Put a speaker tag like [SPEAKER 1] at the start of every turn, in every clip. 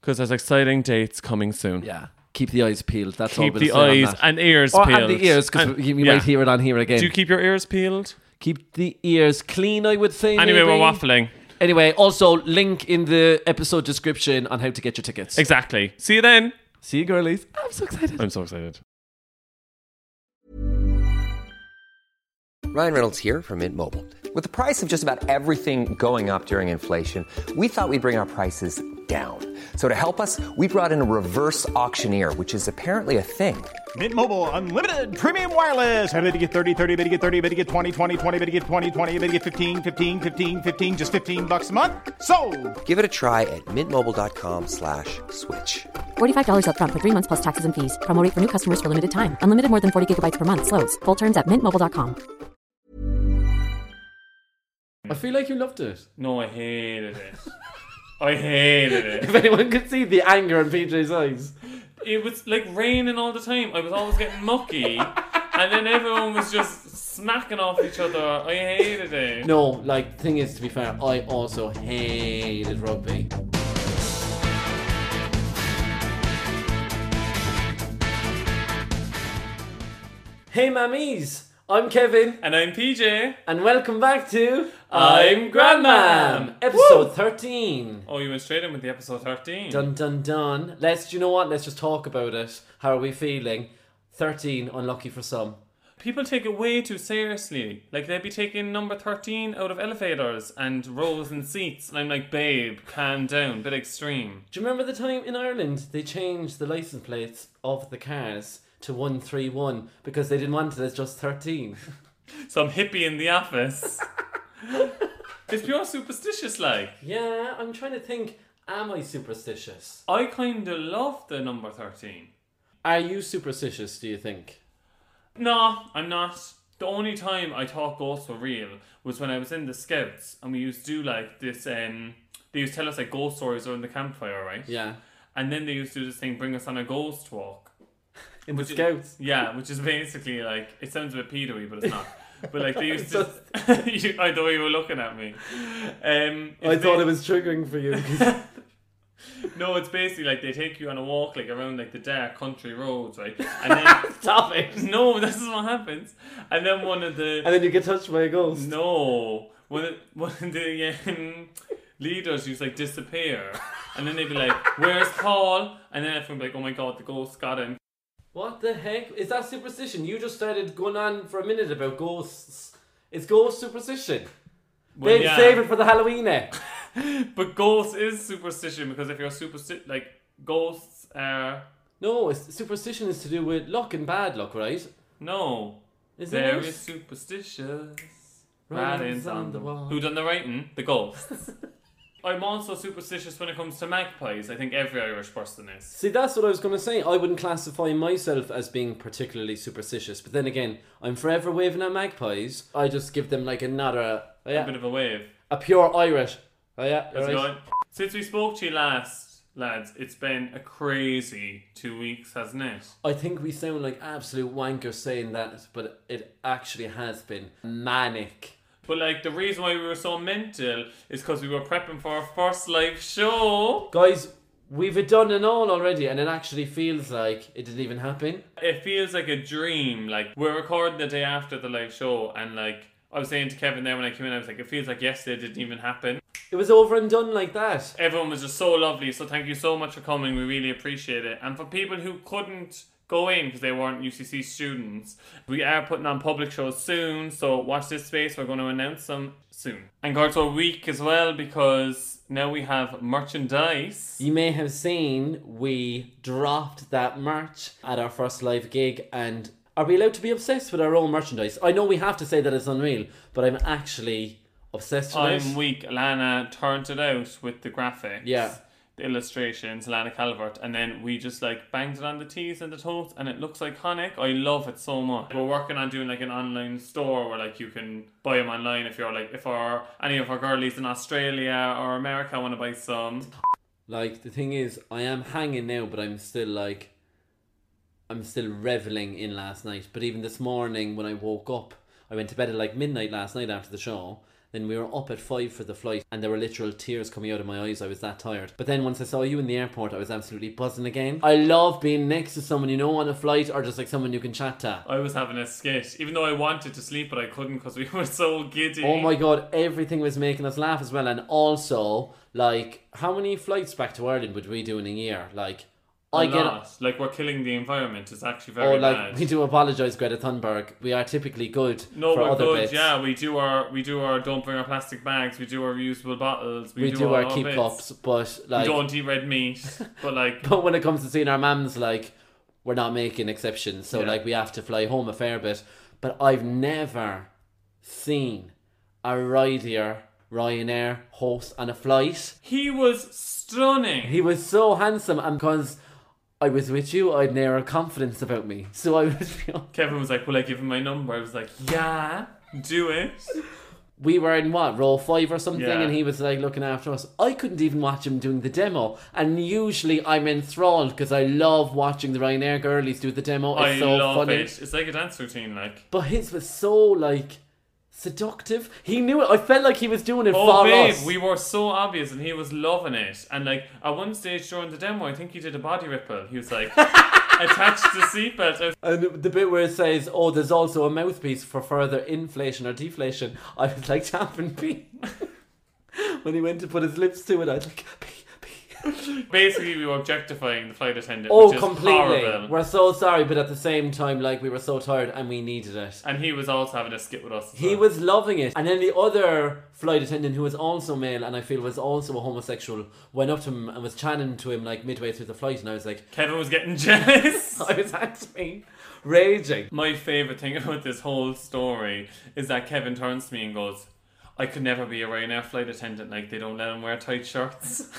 [SPEAKER 1] because there's exciting dates coming soon.
[SPEAKER 2] yeah, keep the eyes peeled. That's all
[SPEAKER 1] Keep
[SPEAKER 2] we'll
[SPEAKER 1] the
[SPEAKER 2] say on
[SPEAKER 1] eyes
[SPEAKER 2] that.
[SPEAKER 1] and ears
[SPEAKER 2] or
[SPEAKER 1] peeled.
[SPEAKER 2] and the ears because
[SPEAKER 1] And-
[SPEAKER 2] you, you
[SPEAKER 1] yeah.
[SPEAKER 2] might hear it on here again.
[SPEAKER 1] Do you keep your ears peeled?
[SPEAKER 2] keep the ears clean, I would say.
[SPEAKER 1] Anyway,
[SPEAKER 2] maybe.
[SPEAKER 1] we're waffling.
[SPEAKER 2] Anyway, also link in the episode description on how to get your tickets.
[SPEAKER 1] Exactly. See you then.
[SPEAKER 2] See you, girlies. I'm so excited.
[SPEAKER 1] I'm so excited.
[SPEAKER 3] Ryan Reynolds here from Mint Mobile. With the price of just about everything going up during inflation, we thought we'd bring our prices down. So to help us, we brought in a reverse auctioneer, which is apparently a thing.
[SPEAKER 4] Mint Mobile unlimited premium wireless. Ready to get 30, 30, bit to get 30, bit to get 20, 20, 20, bit to get 20, 20, bit to get 15, 15, 15, 15 just 15 bucks a month. So,
[SPEAKER 3] Give it a try at mintmobile.com slash switch.
[SPEAKER 5] $45 upfront for three months plus taxes and fees. Promo rate for new customers for limited time. Unlimited more than 40 gigabytes per month. Slows. Full terms at mintmobile.com.
[SPEAKER 2] I feel like you loved it.
[SPEAKER 1] No, I hated it. I hated it.
[SPEAKER 2] If anyone could see the anger in PJ's eyes.
[SPEAKER 1] it was like raining all the time. I was always getting mucky, and then everyone was just smacking off each other. I hated it.
[SPEAKER 2] No, like thing is, to be fair, I also hated rugby. Hey, mammies, I'm Kevin,
[SPEAKER 1] And I'm PJ.
[SPEAKER 2] and welcome back to
[SPEAKER 1] I'm Grandmam.
[SPEAKER 2] episode thirteen.
[SPEAKER 1] Oh, you went straight in with the episode 13.
[SPEAKER 2] Dun dun dun. Let's. Do you know what? Let's just talk about it. How are we feeling? Thirteen, unlucky for some.
[SPEAKER 1] People take it way too seriously. Like, they'd be taking number 13 out of elevators and rows and seats. And I'm like, babe, calm down. Bit extreme.
[SPEAKER 2] Do you remember the time in Ireland they changed the license plates of the cars to 131 because they didn't want it as just 13?
[SPEAKER 1] Some hippie in the office. it's pure superstitious, like.
[SPEAKER 2] yeah, I'm trying to think am I superstitious?
[SPEAKER 1] I kind of love the number 13.
[SPEAKER 2] Are you superstitious, do you think?
[SPEAKER 1] No, I'm not. The only time I thought ghosts were real was when I was in the scouts and we used to do like this. Um, they used to tell us like ghost stories around the campfire, right?
[SPEAKER 2] Yeah.
[SPEAKER 1] And then they used to do this thing, bring us on a ghost walk.
[SPEAKER 2] In the
[SPEAKER 1] Which is-
[SPEAKER 2] scouts.
[SPEAKER 1] yeah, which is basically like it sounds a bit pedo-y, but it's not. But like they used to, you, I thought you were looking at me. Um,
[SPEAKER 2] I
[SPEAKER 1] it's
[SPEAKER 2] thought
[SPEAKER 1] ba-
[SPEAKER 2] it was triggering for you.
[SPEAKER 1] no, it's basically like they take you on a walk like around like the dark country roads, right? And then
[SPEAKER 2] Stop it.
[SPEAKER 1] no, this is what happens. And then one of the
[SPEAKER 2] And then you get touched by a ghost.
[SPEAKER 1] No, one of, one of the um, leaders used to like disappear, and then they'd be like, "Where's Paul?" And then everyone would be like, "Oh my God, the ghost got him."
[SPEAKER 2] What the heck? Is that superstition? You just started going on for a minute about ghosts. It's ghost superstition.
[SPEAKER 1] Well,
[SPEAKER 2] Babe,
[SPEAKER 1] yeah.
[SPEAKER 2] save it for the Halloween. eh?
[SPEAKER 1] But ghosts is superstition because if you're supersti like ghosts are
[SPEAKER 2] No, it's, superstition is to do with luck and bad luck, right?
[SPEAKER 1] no,
[SPEAKER 2] Is
[SPEAKER 1] there
[SPEAKER 2] it?
[SPEAKER 1] is superstitious.
[SPEAKER 2] Writings
[SPEAKER 1] Writings
[SPEAKER 2] on
[SPEAKER 1] on
[SPEAKER 2] the
[SPEAKER 1] them.
[SPEAKER 2] wall.
[SPEAKER 1] Who done the writing? The ghosts. I'm also superstitious when it comes to magpies. I think every Irish person is.
[SPEAKER 2] See, that's what I was going to say. I wouldn't classify myself as being particularly superstitious, but then again, I'm forever waving at magpies. I just give them like another, oh
[SPEAKER 1] A bit
[SPEAKER 2] yeah,
[SPEAKER 1] of a wave.
[SPEAKER 2] a pure Irish. Oh yeah,
[SPEAKER 1] How's it
[SPEAKER 2] right.
[SPEAKER 1] going? Since we spoke to you last, lads, it's been a crazy two weeks, hasn't it?
[SPEAKER 2] I think we sound like absolute wankers saying that, but it actually has been manic.
[SPEAKER 1] But like the reason why we were so mental is because we were prepping for our first live show.
[SPEAKER 2] Guys, we've done an all already, and it actually feels like it didn't even happen.
[SPEAKER 1] It feels like a dream. Like we're recording the day after the live show, and like I was saying to Kevin there when I came in, I was like, it feels like yesterday didn't even happen.
[SPEAKER 2] It was over and done like that.
[SPEAKER 1] Everyone was just so lovely. So thank you so much for coming. We really appreciate it. And for people who couldn't go in because they weren't UCC students. We are putting on public shows soon, so watch this space. We're going to announce them soon. And Garto Week as well because now we have merchandise.
[SPEAKER 2] You may have seen we dropped that merch at our first live gig, and are we allowed to be obsessed with our own merchandise? I know we have to say that it's unreal, but I'm actually obsessed with it.
[SPEAKER 1] I'm weak. Lana turned it out with the graphics.
[SPEAKER 2] Yeah.
[SPEAKER 1] The illustrations, Lana Calvert, and then we just like banged it on the tees and the totes, and it looks iconic. I love it so much. We're working on doing like an online store where like you can buy them online if you're like if our any of our girlies in Australia or America want to buy some.
[SPEAKER 2] Like the thing is, I am hanging now, but I'm still like, I'm still reveling in last night. But even this morning, when I woke up, I went to bed at like midnight last night after the show. Then we were up at five for the flight, and there were literal tears coming out of my eyes. I was that tired. But then once I saw you in the airport, I was absolutely buzzing again. I love being next to someone you know on a flight, or just like someone you can chat to.
[SPEAKER 1] I was having a skit, even though I wanted to sleep, but I couldn't because we were so giddy.
[SPEAKER 2] Oh my god, everything was making us laugh as well. And also, like, how many flights back to Ireland would we do in a year? Like, I
[SPEAKER 1] I
[SPEAKER 2] get
[SPEAKER 1] like we're killing the environment. It's actually
[SPEAKER 2] Or
[SPEAKER 1] very
[SPEAKER 2] like
[SPEAKER 1] bad.
[SPEAKER 2] we do apologize, Greta Thunberg. We are typically good
[SPEAKER 1] No,
[SPEAKER 2] for
[SPEAKER 1] we're
[SPEAKER 2] other
[SPEAKER 1] good.
[SPEAKER 2] bits.
[SPEAKER 1] Yeah, we do our we do our don't bring our plastic bags. We do our reusable bottles. We,
[SPEAKER 2] we, do, our
[SPEAKER 1] all
[SPEAKER 2] keep
[SPEAKER 1] bits.
[SPEAKER 2] ups, but
[SPEAKER 1] We
[SPEAKER 2] like,
[SPEAKER 1] don't eat red meat, but like
[SPEAKER 2] but when it comes to seeing our mums, like we're not making exceptions. So like we have to fly home a fair bit. But I've never seen a ridier Ryanair host on a flight.
[SPEAKER 1] he was stunning.
[SPEAKER 2] He was so handsome, and because I was with you, I'd an air of confidence about me. So I was.
[SPEAKER 1] Kevin was like, "Will I give him my number?" I was like, "Yeah, do it."
[SPEAKER 2] we were in what row five or something,
[SPEAKER 1] Yeah.
[SPEAKER 2] and he was like looking after us. I couldn't even watch him doing the demo, and usually I'm enthralled because I love watching the Ryanair girlies do the demo. It's
[SPEAKER 1] I
[SPEAKER 2] so
[SPEAKER 1] love
[SPEAKER 2] funny,
[SPEAKER 1] it. It's like a dance routine. Like,
[SPEAKER 2] but his was so like seductive. He knew it. I felt like he was doing it
[SPEAKER 1] oh
[SPEAKER 2] for
[SPEAKER 1] babe,
[SPEAKER 2] us.
[SPEAKER 1] we were so obvious, and he was loving it. And like at one stage during the demo, I think he did a body ripple. He was like attached to seatbelt. I was
[SPEAKER 2] and the bit where it says, "Oh, there's also a mouthpiece for further inflation or deflation," I was like tapping pee. when he went to put his lips to it, I was like. Pee, pee.
[SPEAKER 1] Basically, we were objectifying the flight attendant,
[SPEAKER 2] Oh,
[SPEAKER 1] which is
[SPEAKER 2] completely.
[SPEAKER 1] horrible.
[SPEAKER 2] We're so sorry, but at the same time, like we were so tired and we needed it.
[SPEAKER 1] And he was also having a skit with us. as
[SPEAKER 2] He
[SPEAKER 1] well.
[SPEAKER 2] was loving it, and then the other flight attendant, who was also male and I feel was also a homosexual, went up to him and was chatting to him like midway through the flight, and I was like,
[SPEAKER 1] Kevin was getting jealous.
[SPEAKER 2] I was actually raging.
[SPEAKER 1] My favorite thing about this whole story is that Kevin turns to me and goes, "I could never be a Ryanair flight attendant. Like they don't let them wear tight shirts."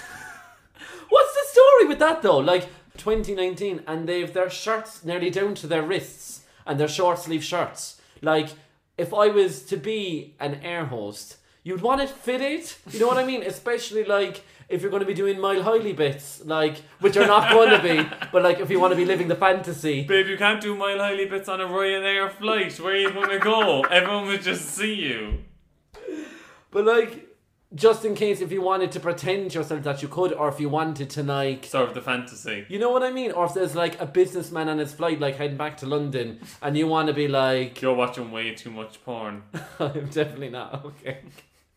[SPEAKER 2] What's the story with that though? Like 2019, and they've their shirts nearly down to their wrists and their short sleeve shirts. Like, if I was to be an air host, you'd want it fitted. You know what I mean? Especially like if you're going to be doing mile highly bits, like which are not going to be, but like if you want to be living the fantasy.
[SPEAKER 1] Babe, you can't do mile highly bits on a Ryanair flight. Where are you gonna go? Everyone would just see you.
[SPEAKER 2] But like, just in case if you wanted to pretend to yourself that you could, or if you wanted to like
[SPEAKER 1] Serve the fantasy.
[SPEAKER 2] You know what I mean? Or if there's like a businessman on his flight, like heading back to London, and you want to be like,
[SPEAKER 1] You're watching way too much porn.
[SPEAKER 2] I'm definitely not. Okay.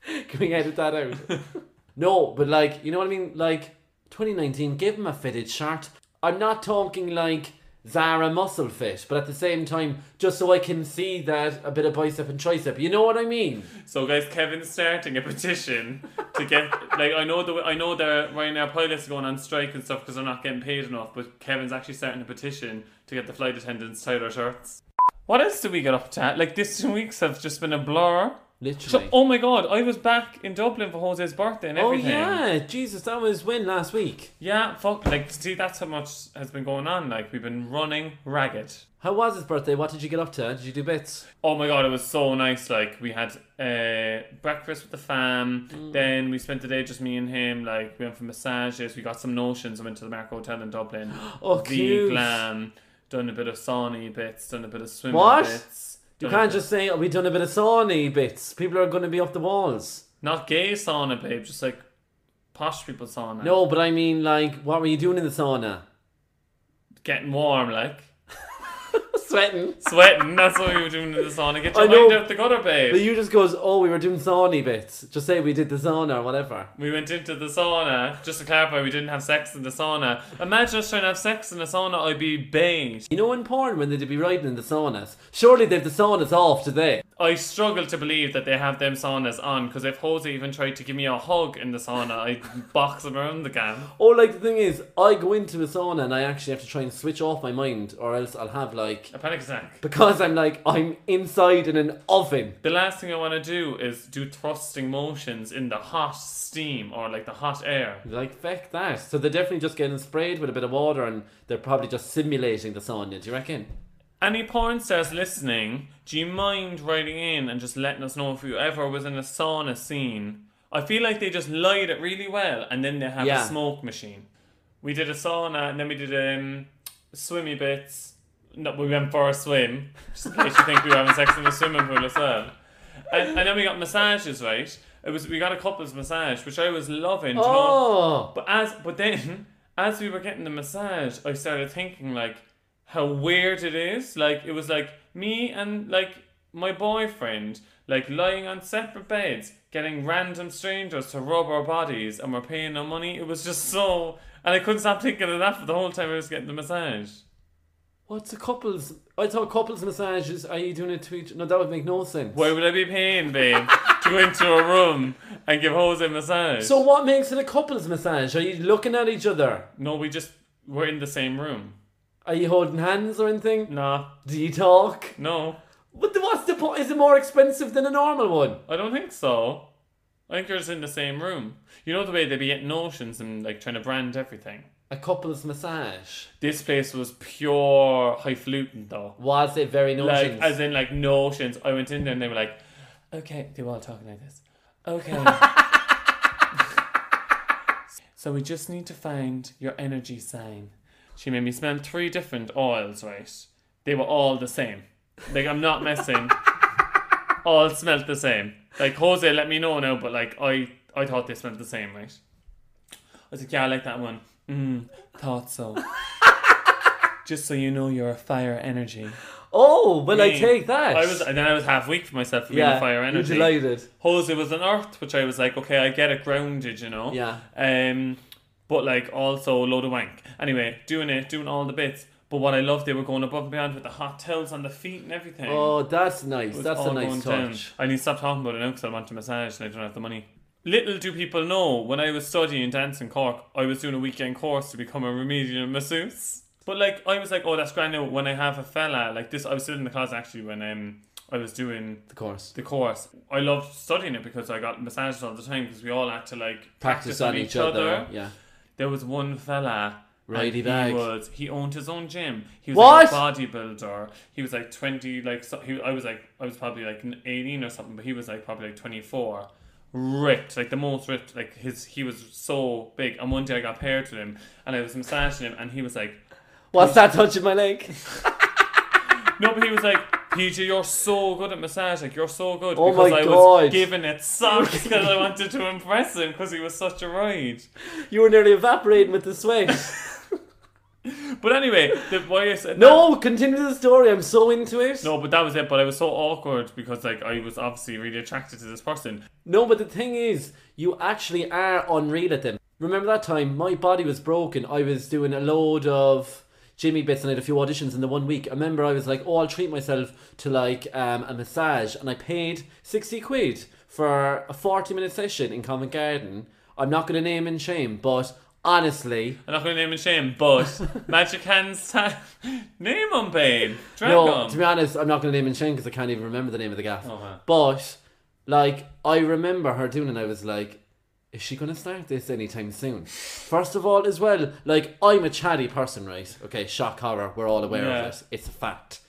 [SPEAKER 2] Can we edit that out? no, but like, you know what I mean? Like, 2019, give him a fitted shirt. I'm not talking like Zara muscle fit, but at the same time, just so I can see that a bit of bicep and tricep. You know what I mean?
[SPEAKER 1] So guys, Kevin's starting a petition to get like I know the I know the Ryanair pilots are going on strike and stuff because they're not getting paid enough, but Kevin's actually starting a petition to get the flight attendants tighter shirts. What else did we get up to? Like this two weeks have just been a blur. So,
[SPEAKER 2] Literally.
[SPEAKER 1] oh my god, I was back in Dublin for Jose's birthday and
[SPEAKER 2] oh,
[SPEAKER 1] everything.
[SPEAKER 2] yeah. Jesus, that was when last week.
[SPEAKER 1] Yeah, fuck. Like, see, that's how much has been going on. Like, we've been running ragged.
[SPEAKER 2] How was his birthday? What did you get up to? Did you do bits?
[SPEAKER 1] Oh my god, it was so nice. Like we had uh, breakfast with the fam.
[SPEAKER 2] Mm.
[SPEAKER 1] Then we spent the day just me and him. Like we went for massages. We got some notions. I went to the Marco Hotel in Dublin.
[SPEAKER 2] Oh,
[SPEAKER 1] The
[SPEAKER 2] cute.
[SPEAKER 1] glam. Done a bit of sauna bits. Done a bit of swimming
[SPEAKER 2] What?
[SPEAKER 1] bits.
[SPEAKER 2] You
[SPEAKER 1] done a
[SPEAKER 2] can't
[SPEAKER 1] bit-
[SPEAKER 2] just say, oh, we've done a bit of sauna bits. People are going to be up the walls.
[SPEAKER 1] not gay sauna, babe. Just like posh people sauna.
[SPEAKER 2] No, but I mean, like, what were you doing in the sauna?
[SPEAKER 1] getting warm. Like
[SPEAKER 2] sweating.
[SPEAKER 1] sweating. That's what we were doing in the sauna. Get
[SPEAKER 2] I
[SPEAKER 1] your
[SPEAKER 2] know.
[SPEAKER 1] mind out the gutter, babe.
[SPEAKER 2] But you just goes, oh, we were doing sauna bits. Just say we did the sauna or whatever.
[SPEAKER 1] We went into the sauna. Just to clarify, we didn't have sex in the sauna. Imagine us trying to have sex in the sauna. I'd be banged.
[SPEAKER 2] You know in porn when they'd be riding in the saunas? Surely they've the saunas off today.
[SPEAKER 1] I struggle to believe that they have them saunas on. Because if Jose even tried to give me a hug in the sauna, I'd box him around the can.
[SPEAKER 2] Or Oh, like the thing is, I go into a sauna and I actually have to try and switch off my mind or else I'll have like...
[SPEAKER 1] A panic attack.
[SPEAKER 2] Because I'm like, I'm inside in an oven.
[SPEAKER 1] The last thing I want to do is do thrusting motions in the hot steam or like the hot air.
[SPEAKER 2] Like, feck that. So they're definitely just getting sprayed with a bit of water and they're probably just simulating the sauna, do you reckon?
[SPEAKER 1] Any porn stars listening, do you mind writing in and just letting us know if you ever was in a sauna scene? I feel like they just light it really well and then they have
[SPEAKER 2] Yeah.
[SPEAKER 1] a smoke machine. We did a sauna and then we did um, swimmy bits. No, we went for a swim, just in case you think we were having sex in the swimming pool as well. And, and then we got massages, right? It was we got a couples massage, which I was loving. do you know?
[SPEAKER 2] Oh!
[SPEAKER 1] But as but then as we were getting the massage, I started thinking like how weird it is. Like it was like me and like my boyfriend like lying on separate beds, getting random strangers to rub our bodies, and we're paying no money. It was just so, and I couldn't stop thinking of that for the whole time I was getting the massage.
[SPEAKER 2] What's a couples... I thought couples massages, are you doing it to each... No, that would make no sense.
[SPEAKER 1] Why would I be paying, babe, to go into a room and give Jose a massage?
[SPEAKER 2] So what makes it a couples massage? Are you looking at each other?
[SPEAKER 1] no, we just we're in the same room.
[SPEAKER 2] Are you holding hands or anything?
[SPEAKER 1] Nah,
[SPEAKER 2] Do you talk?
[SPEAKER 1] no.
[SPEAKER 2] What the, what's the point? Is it more expensive than a normal one?
[SPEAKER 1] I don't think so. I think you're just in the same room. You know the way they be getting notions and like trying to brand everything.
[SPEAKER 2] A couple's massage.
[SPEAKER 1] This place was pure highfalutin though.
[SPEAKER 2] Was it very
[SPEAKER 1] Like
[SPEAKER 2] notions?
[SPEAKER 1] as in like notions. I went in there and they were like, okay, they were all talking like this. Okay. so we just need to find your energy sign. She made me smell three different oils, right? They were all the same. Like I'm not messing. all smelt the same. Like Jose let me know now, but like I I thought they smelled the same, right? I was like, yeah, I like that one. Mm, thought so. Just so you know, you're a fire energy.
[SPEAKER 2] oh, well, I
[SPEAKER 1] Mm.
[SPEAKER 2] take that.
[SPEAKER 1] I was, and then I was half weak for myself for being
[SPEAKER 2] yeah,
[SPEAKER 1] a fire energy.
[SPEAKER 2] You're delighted.
[SPEAKER 1] Jose was an earth, which I was like, okay, I get it grounded, you know.
[SPEAKER 2] Yeah.
[SPEAKER 1] Um, but like also a load of wank. Anyway, doing it, doing all the bits. But what I loved, they were going above and beyond with the hot towels on the feet and everything.
[SPEAKER 2] Oh, that's nice.
[SPEAKER 1] It was
[SPEAKER 2] That's a
[SPEAKER 1] all
[SPEAKER 2] nice
[SPEAKER 1] going down.
[SPEAKER 2] touch.
[SPEAKER 1] I need to stop talking about it now because I want to massage and I don't have the money. Little do people know, when I was studying dance in Cork, I was doing a weekend course to become a remedial masseuse. But like, I was like, oh, that's grand now. When I have a fella like this, I was sitting in the class actually when um I was doing
[SPEAKER 2] Of course.
[SPEAKER 1] the course. I loved studying it because I got massages all the time because we all had to like
[SPEAKER 2] Practice on each other. Yeah.
[SPEAKER 1] There was one fella.
[SPEAKER 2] Righty
[SPEAKER 1] and he
[SPEAKER 2] bag.
[SPEAKER 1] was. He owned his own gym. He was
[SPEAKER 2] What?
[SPEAKER 1] like a bodybuilder. He was like twenty. Like so, he, I was like I was probably like n- eighteen or something, but he was like probably like twenty four. Ripped, like the most ripped. Like his, he was so big. And one day I got paired with him, and I was massaging him, and he was like,
[SPEAKER 2] What's that touching my leg?
[SPEAKER 1] no, but he was like, PJ, you're so good at massage. Like, you're so good.
[SPEAKER 2] Oh
[SPEAKER 1] because
[SPEAKER 2] my
[SPEAKER 1] I
[SPEAKER 2] God.
[SPEAKER 1] was giving it socks because I wanted to impress him because he was such a ride.
[SPEAKER 2] You were nearly evaporating with the sweat.
[SPEAKER 1] But anyway, the why I said
[SPEAKER 2] no, continue the story. I'm so into it.
[SPEAKER 1] No, but that was it. But I was so awkward because like I was obviously really attracted to this person.
[SPEAKER 2] No, but the thing is, you actually are unreal at them. Remember that time my body was broken. I was doing a load of Jimmy bits and I had a few auditions in the one week. I remember I was like, oh, I'll treat myself to like um, a massage, and I paid sixty quid for a forty-minute session in Covent Garden. I'm not going to name and shame, but honestly,
[SPEAKER 1] I'm not going to name and shame, but Magic Hands time. Name on Bane. Drag
[SPEAKER 2] no.
[SPEAKER 1] him.
[SPEAKER 2] To be honest, I'm not going to name and shame because I can't even remember the name of the
[SPEAKER 1] Oh,
[SPEAKER 2] gaff. But like, I remember her doing, it and I was like, is she going to start this anytime soon? First of all, as well, like, I'm a chatty person, right? Okay, shock horror, we're all aware
[SPEAKER 1] Yeah.
[SPEAKER 2] of it. It's a fact.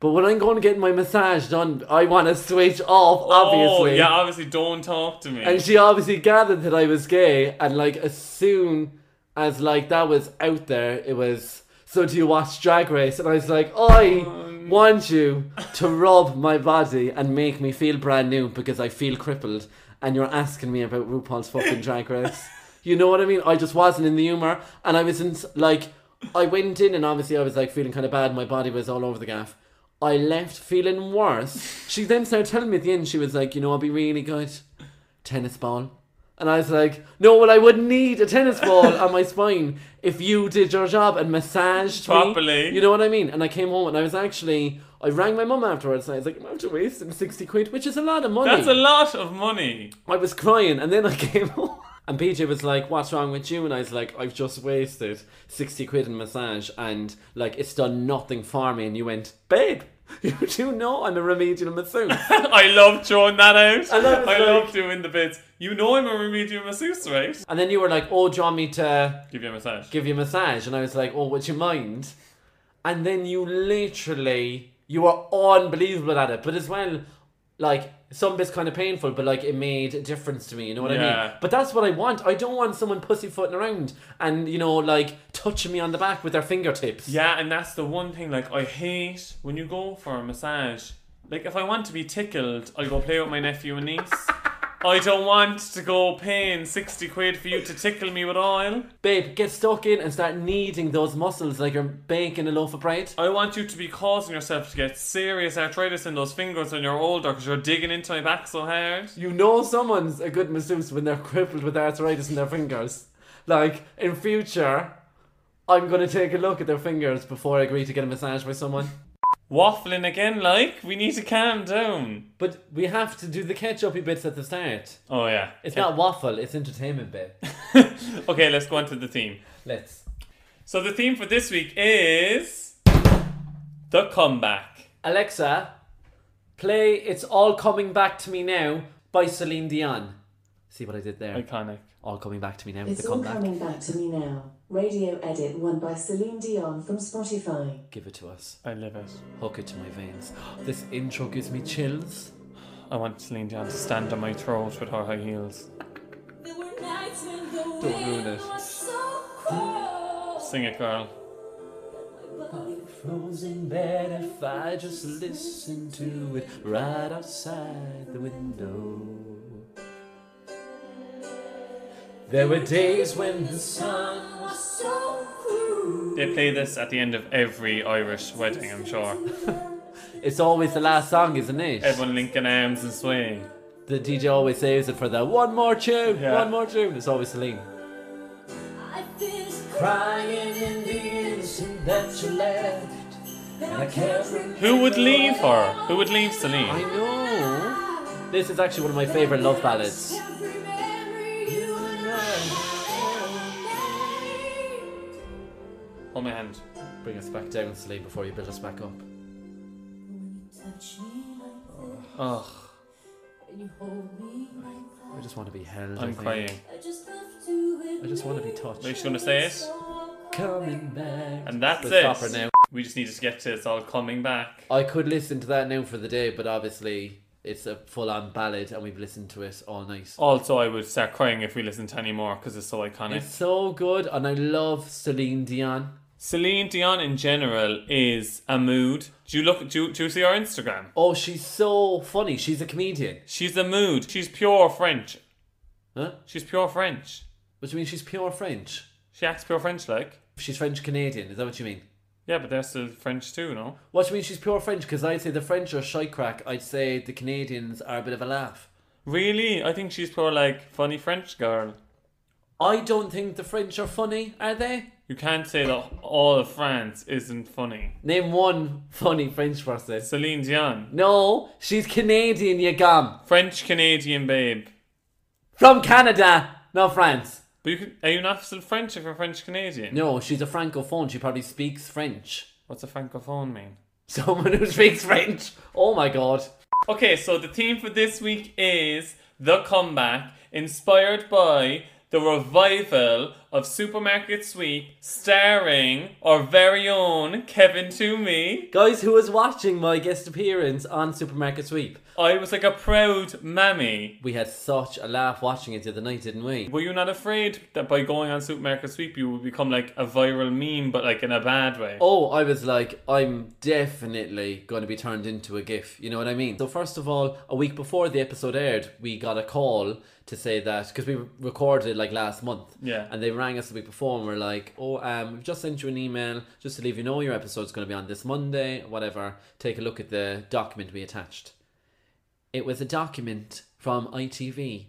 [SPEAKER 2] But when I'm going to get my massage done, I want to switch off,
[SPEAKER 1] Oh,
[SPEAKER 2] obviously.
[SPEAKER 1] yeah, obviously don't talk to me.
[SPEAKER 2] And she obviously gathered that I was gay, and like, as soon as like that was out there, it was. So do you watch Drag Race? And I was like, I want you to rub my body and make me feel brand new because I feel crippled. And you're asking me about RuPaul's fucking Drag Race. You know what I mean? I just wasn't in the humor, and I was in like I went in and obviously I was like feeling kind of bad. My body was all over the gaff. I left feeling worse. She then started telling me at the end, she was like, you know, I'll be really good. Tennis ball. And I was like, no, well, I would need a tennis ball on my spine if you did your job and massaged
[SPEAKER 1] Properly.
[SPEAKER 2] me. You know what I mean? And I came home and I was actually, I rang my mum afterwards and I was like, I'm after wasting 60 quid, which is a lot of money.
[SPEAKER 1] That's a lot of money.
[SPEAKER 2] I was crying, and then I came home. And PJ was like, What's wrong with you? And I was like, I've just wasted 60 quid in massage, and like, it's done nothing for me. And you went, Babe, you do know I'm a remedial masseuse.
[SPEAKER 1] I love throwing that out.
[SPEAKER 2] I love it, like-
[SPEAKER 1] love doing the bits. You know I'm a remedial masseuse, right?
[SPEAKER 2] and then you were like, Oh, do you want me to
[SPEAKER 1] Give you a massage.
[SPEAKER 2] give you a massage? And I was like, Oh, would you mind? And then you literally, you were unbelievable at it. But as well, like, some bits kind of painful, but like, it made a difference to me. You know what I mean?
[SPEAKER 1] Yeah.
[SPEAKER 2] But But that's what I want. I don't want someone pussyfooting around and, you know, like touching me on the back with their fingertips.
[SPEAKER 1] yeah, and that's the one thing. Like I hate when you go for a massage. Like if I want to be tickled, I go play with my nephew and niece. I don't want to go paying sixty quid for you to tickle me with oil.
[SPEAKER 2] Babe, get stuck in and start kneading those muscles like you're baking a loaf of bread.
[SPEAKER 1] I want you to be causing yourself to get serious arthritis in those fingers when you're older because you're digging into my back so hard.
[SPEAKER 2] You know someone's a good masseuse when they're crippled with arthritis in their fingers. Like, in future, I'm going to take a look at their fingers before I agree to get a massage by someone.
[SPEAKER 1] Waffling again, like we need to calm down.
[SPEAKER 2] But we have to do the ketchup bits at the start.
[SPEAKER 1] Oh yeah,
[SPEAKER 2] It's not waffle, it's entertainment, babe.
[SPEAKER 1] okay. Let's go on to the theme.
[SPEAKER 2] Let's.
[SPEAKER 1] So the theme for this week is the comeback.
[SPEAKER 2] Alexa, play It's All Coming Back to Me Now by Celine Dion. See what I did there?
[SPEAKER 1] Iconic.
[SPEAKER 2] All Coming Back to Me Now with
[SPEAKER 6] It's
[SPEAKER 2] the
[SPEAKER 6] all
[SPEAKER 2] comeback.
[SPEAKER 6] coming back to me now. Radio edit one by Celine Dion from Spotify.
[SPEAKER 2] Give it to us.
[SPEAKER 1] I live it.
[SPEAKER 2] Hook it to my veins. This intro gives me chills.
[SPEAKER 1] I want Celine Dion to stand on my throat with her high heels.
[SPEAKER 2] Don't ruin it.
[SPEAKER 1] Sing it, girl.
[SPEAKER 2] Frozen bed if I just listen to it right outside the window. There were days when the sun was so cruel.
[SPEAKER 1] They play this at the end of every Irish wedding, I'm sure.
[SPEAKER 2] It's always the last song, isn't it?
[SPEAKER 1] Everyone linking arms and swaying.
[SPEAKER 2] The DJ always saves it for the one more tune,
[SPEAKER 1] Yeah.
[SPEAKER 2] one more tune. It's always Celine. Crying in the instant that you left, and I can't
[SPEAKER 1] Who would leave her? Who would leave
[SPEAKER 2] I
[SPEAKER 1] Celine?
[SPEAKER 2] know. This is actually one of my favorite love ballads.
[SPEAKER 1] Hold my hand.
[SPEAKER 2] Bring us back down, Celine, before you build us back up.
[SPEAKER 1] Ugh,
[SPEAKER 2] I just want to be held. I
[SPEAKER 1] I'm
[SPEAKER 2] think.
[SPEAKER 1] crying.
[SPEAKER 2] I just want to be touched.
[SPEAKER 1] Are you gonna say it?
[SPEAKER 2] Coming back.
[SPEAKER 1] And that's
[SPEAKER 2] We'll
[SPEAKER 1] it.
[SPEAKER 2] stop her now.
[SPEAKER 1] We just needed to get to it's all coming back.
[SPEAKER 2] I could listen to that now for the day, but obviously it's a full-on ballad, and we've listened to it all night.
[SPEAKER 1] Also, I would start crying if we listened to any more because it's so iconic.
[SPEAKER 2] It's so good, and I love Celine Dion.
[SPEAKER 1] Celine Dion in general is a mood. Do you look? Do you, do you see her Instagram?
[SPEAKER 2] Oh, she's so funny. She's a comedian.
[SPEAKER 1] She's a mood. She's pure French.
[SPEAKER 2] Huh?
[SPEAKER 1] She's pure French.
[SPEAKER 2] Which means she's pure French.
[SPEAKER 1] She acts pure French like.
[SPEAKER 2] She's French Canadian. Is that what you mean?
[SPEAKER 1] Yeah, but they're still French too, no?
[SPEAKER 2] What do you mean she's pure French? Because I'd say the French are shy crack. I'd say the Canadians are a bit of a laugh.
[SPEAKER 1] Really? I think she's pure like funny French girl.
[SPEAKER 2] I don't think the French are funny, are they?
[SPEAKER 1] You can't say that all of France isn't funny.
[SPEAKER 2] Name one funny French person.
[SPEAKER 1] Celine Dion,
[SPEAKER 2] No, she's Canadian, you gum.
[SPEAKER 1] French Canadian babe.
[SPEAKER 2] From Canada, not France.
[SPEAKER 1] But you can, are you not still French if you're French Canadian?
[SPEAKER 2] No, she's a francophone. She probably speaks French.
[SPEAKER 1] What's a francophone mean?
[SPEAKER 2] Someone who speaks French. Oh my god.
[SPEAKER 1] Okay, so the theme for this week is The Comeback, inspired by the revival of Supermarket Sweep, starring our very own Kevin Toomey.
[SPEAKER 2] Guys, who was watching my guest appearance on Supermarket Sweep?
[SPEAKER 1] I was like a proud mammy.
[SPEAKER 2] We had such a laugh watching it the other night, didn't we?
[SPEAKER 1] Were you not afraid that by going on Supermarket Sweep you would become like a viral meme, but like in a bad way?
[SPEAKER 2] Oh, I was like, I'm definitely going to be turned into a GIF. You know what I mean? So, first of all, a week before the episode aired, we got a call to say that because we recorded like last month.
[SPEAKER 1] Yeah.
[SPEAKER 2] And they rang us the week before and were like, "Oh, um, we've just sent you an email just to leave you know your episode's going to be on this Monday, whatever. Take a look at the document we attached." It was a document from ITV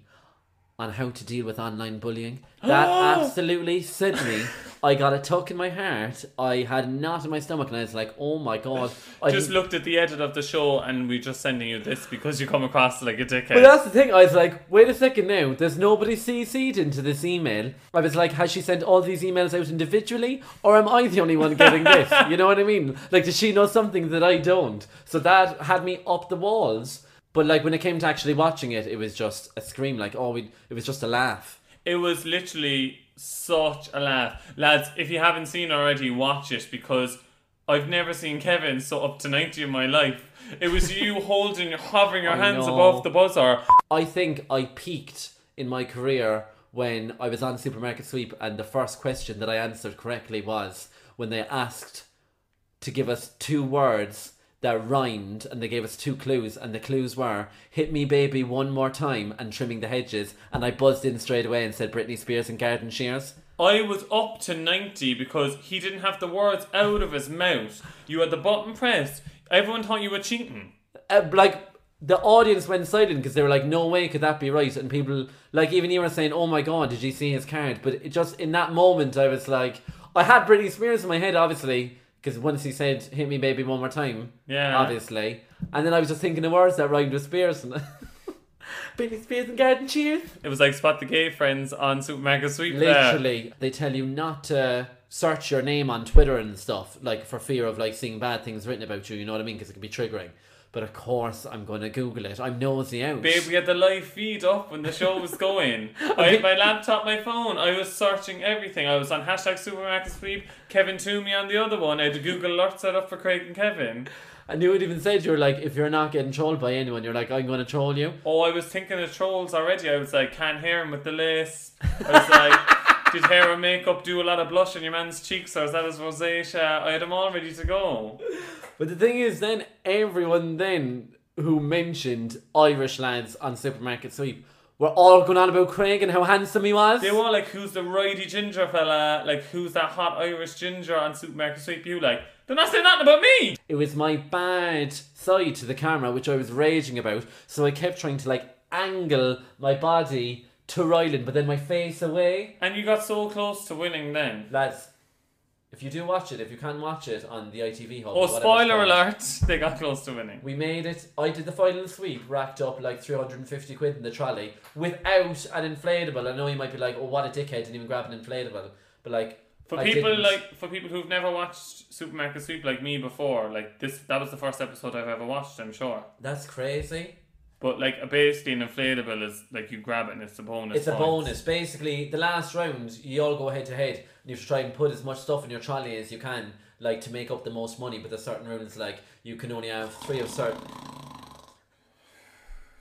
[SPEAKER 2] on how to deal with online bullying. That absolutely said me. I got a tuck in my heart. I had a knot in my stomach, and I was like, "Oh my god!" I
[SPEAKER 1] Just
[SPEAKER 2] didn't-
[SPEAKER 1] looked at the edit of the show, and we're just sending you this because you come across like a dickhead.
[SPEAKER 2] But that's the thing. I was like, wait a second now. There's nobody CC'd into this email. I was like, has she sent all these emails out individually, or am I the only one getting this? You know what I mean? Like, does she know something that I don't? So that had me up the walls. But like, when it came to actually watching it, it was just a scream. Like, oh, we. It was just a laugh.
[SPEAKER 1] It was literally such a laugh. Lads, if you haven't seen already, watch it because I've never seen Kevin so up to 90 in my life. It was you holding, hovering your
[SPEAKER 2] I
[SPEAKER 1] hands
[SPEAKER 2] know.
[SPEAKER 1] above the buzzer.
[SPEAKER 2] I think I peaked in my career when I was on Supermarket Sweep, and the first question that I answered correctly was when they asked to give us two words that rhymed, and they gave us two clues, and the clues were "Hit Me, Baby, One More Time" and "Trimming the Hedges," and I buzzed in straight away and said Britney Spears and Garden Shears.
[SPEAKER 1] I was up to 90 because he didn't have the words out of his mouth. You had the button pressed. Everyone thought you were cheating.
[SPEAKER 2] uh, like the audience went silent because they were like, "No way could that be right." And people, like, even you were saying, "Oh my god, did you see his card?" But it just in that moment, I was like, I had Britney Spears in my head, obviously, because once he said, "Hit me, baby, one more time,"
[SPEAKER 1] Yeah.
[SPEAKER 2] obviously, and then I was just thinking the words that rhymed with Spears. And Britney Spears and Garden Cheers.
[SPEAKER 1] It was like spot the gay friends on Supermarket Sweep. there.
[SPEAKER 2] Literally, they tell you not to search your name on Twitter and stuff, like for fear of like seeing bad things written about you. You know what I mean? Because it can be triggering. But of course, I'm going to Google it. I'm nosy out.
[SPEAKER 1] Babe, we had the live feed up when the show was going. I had my laptop, my phone. I was searching everything. I was on hashtag supermarket sweep. Kevin Toomey on the other one. I had a Google alert set up for Craig and Kevin.
[SPEAKER 2] And you would even said you were like, if you're not getting trolled by anyone, you're like, I'm going to troll you.
[SPEAKER 1] Oh, I was thinking of trolls already. I was like, can't hear him with the lace. I was like, did hair and makeup do a lot of blush on your man's cheeks or is that his rosacea? I had them all ready to go.
[SPEAKER 2] But the thing is, then everyone then who mentioned Irish lads on Supermarket Sweep were all going on about Craig and how handsome he was.
[SPEAKER 1] They were like, who's the righty ginger fella? Like, who's that hot Irish ginger on supermarket sweep? You like, they're not saying nothing about me.
[SPEAKER 2] It was my bad side to the camera, which I was raging about. So I kept trying to like angle my body to Ryland, but then my face away.
[SPEAKER 1] And you got so close to winning then.
[SPEAKER 2] Lads, if you do watch it, if you can watch it on the ITV hub. or
[SPEAKER 1] Oh,
[SPEAKER 2] whatever it's
[SPEAKER 1] spoiler
[SPEAKER 2] called,
[SPEAKER 1] alert! They got close to winning.
[SPEAKER 2] We made it. I did the final sweep, racked up like 350 quid in the trolley without an inflatable. I know you might be like, oh, what a dickhead, didn't even grab an inflatable. But like,
[SPEAKER 1] For
[SPEAKER 2] I
[SPEAKER 1] people
[SPEAKER 2] didn't.
[SPEAKER 1] like for people who've never watched Supermarket Sweep like me before, like this that was the first episode I've ever watched, I'm sure.
[SPEAKER 2] That's crazy.
[SPEAKER 1] But like a basically an inflatable is like you grab it and it's a bonus.
[SPEAKER 2] It's a
[SPEAKER 1] points.
[SPEAKER 2] bonus. Basically, the last round, you all go head to head, and you have to try and put as much stuff in your trolley as you can, like to make up the most money. But there's certain rules, like you can only have three of certain.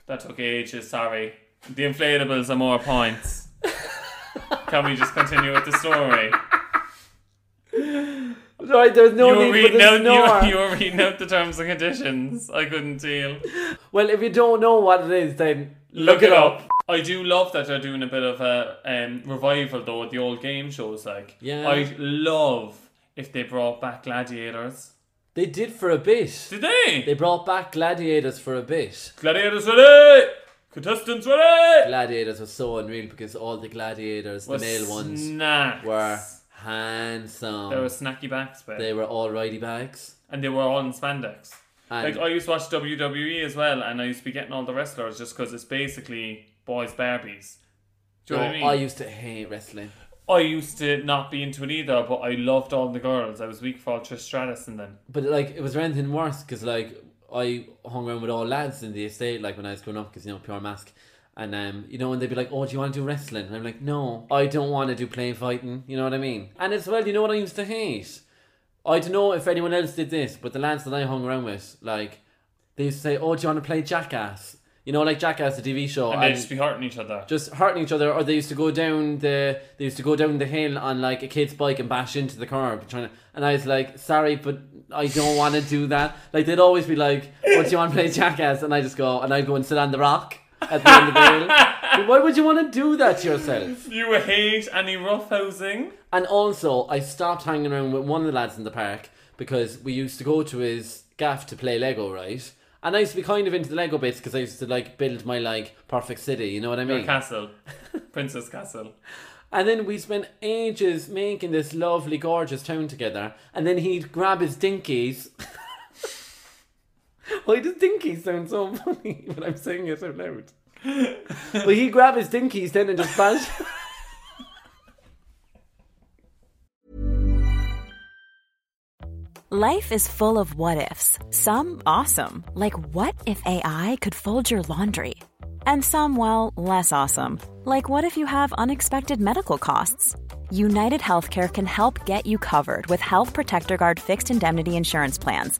[SPEAKER 1] That took ages, sorry. The inflatables are more points. Can we just continue with the story?
[SPEAKER 2] Right, there's no
[SPEAKER 1] you, were
[SPEAKER 2] need for
[SPEAKER 1] reading
[SPEAKER 2] this
[SPEAKER 1] out,
[SPEAKER 2] snore.
[SPEAKER 1] you, you were reading out the terms and conditions. I couldn't deal.
[SPEAKER 2] Well, if you don't know what it is, then
[SPEAKER 1] Look it up. I do love that they're doing a bit of a um, revival though with the old game shows. Like,
[SPEAKER 2] Yeah.
[SPEAKER 1] I love if they brought back Gladiators.
[SPEAKER 2] They did for a bit.
[SPEAKER 1] Did they?
[SPEAKER 2] They brought back gladiators for a bit.
[SPEAKER 1] Gladiators ready! Contestants ready!
[SPEAKER 2] Gladiators were so unreal because all the gladiators, the male ones,
[SPEAKER 1] Snacks.
[SPEAKER 2] were handsome.
[SPEAKER 1] They were snacky backs, babe.
[SPEAKER 2] they were all righty bags.
[SPEAKER 1] and they were all in spandex.
[SPEAKER 2] And-
[SPEAKER 1] like I used to watch WWE as well, and I used to be getting all the wrestlers just because it's basically boys Barbies. Do
[SPEAKER 2] No,
[SPEAKER 1] you know what I mean?
[SPEAKER 2] I used to hate wrestling.
[SPEAKER 1] I used to not be into it either, but I loved all the girls. I was weak for all Trish Stratus and them.
[SPEAKER 2] But like, it was anything worse because like I hung around with all lads in the estate like when I was growing up because you know pure mask. And um, you know, and they'd be like, "Oh, do you want to do wrestling?" And I'm like, "No, I don't want to do plain fighting." You know what I mean? And as well, you know what I used to hate? I don't know if anyone else did this, but the lads that I hung around with, like, they used to say, "Oh, do you want to play Jackass?" You know, like Jackass, the TV show,
[SPEAKER 1] And they just be hurting each other.
[SPEAKER 2] just hurting each other, or they used to go down the they used to go down the hill on like a kid's bike and bash into the curb, trying to. And I was like, sorry, but I don't want to do that. Like they'd always be like, "What do you want to play jackass?" And I just go, and I'd go and sit on the rock at the end of the hill. Why would you want to do that to yourself?
[SPEAKER 1] You hate any roughhousing?
[SPEAKER 2] And also, I stopped hanging around with one of the lads in the park because we used to go to his gaff to play Lego, right? And I used to be kind of into the Lego bits because I used to like build my like perfect city, you know what I mean?
[SPEAKER 1] Castle. Princess Castle.
[SPEAKER 2] And then we spent ages making this lovely, gorgeous town together. And then he'd grab his dinkies. Why does dinkies sound so funny when I'm saying it out loud? but he'd grab his dinkies then and just bash.
[SPEAKER 7] Life is full of what ifs. Some awesome, like what if AI could fold your laundry? And some, well, less awesome, like what if you have unexpected medical costs? United Healthcare can help get you covered with Health Protector Guard fixed indemnity insurance plans.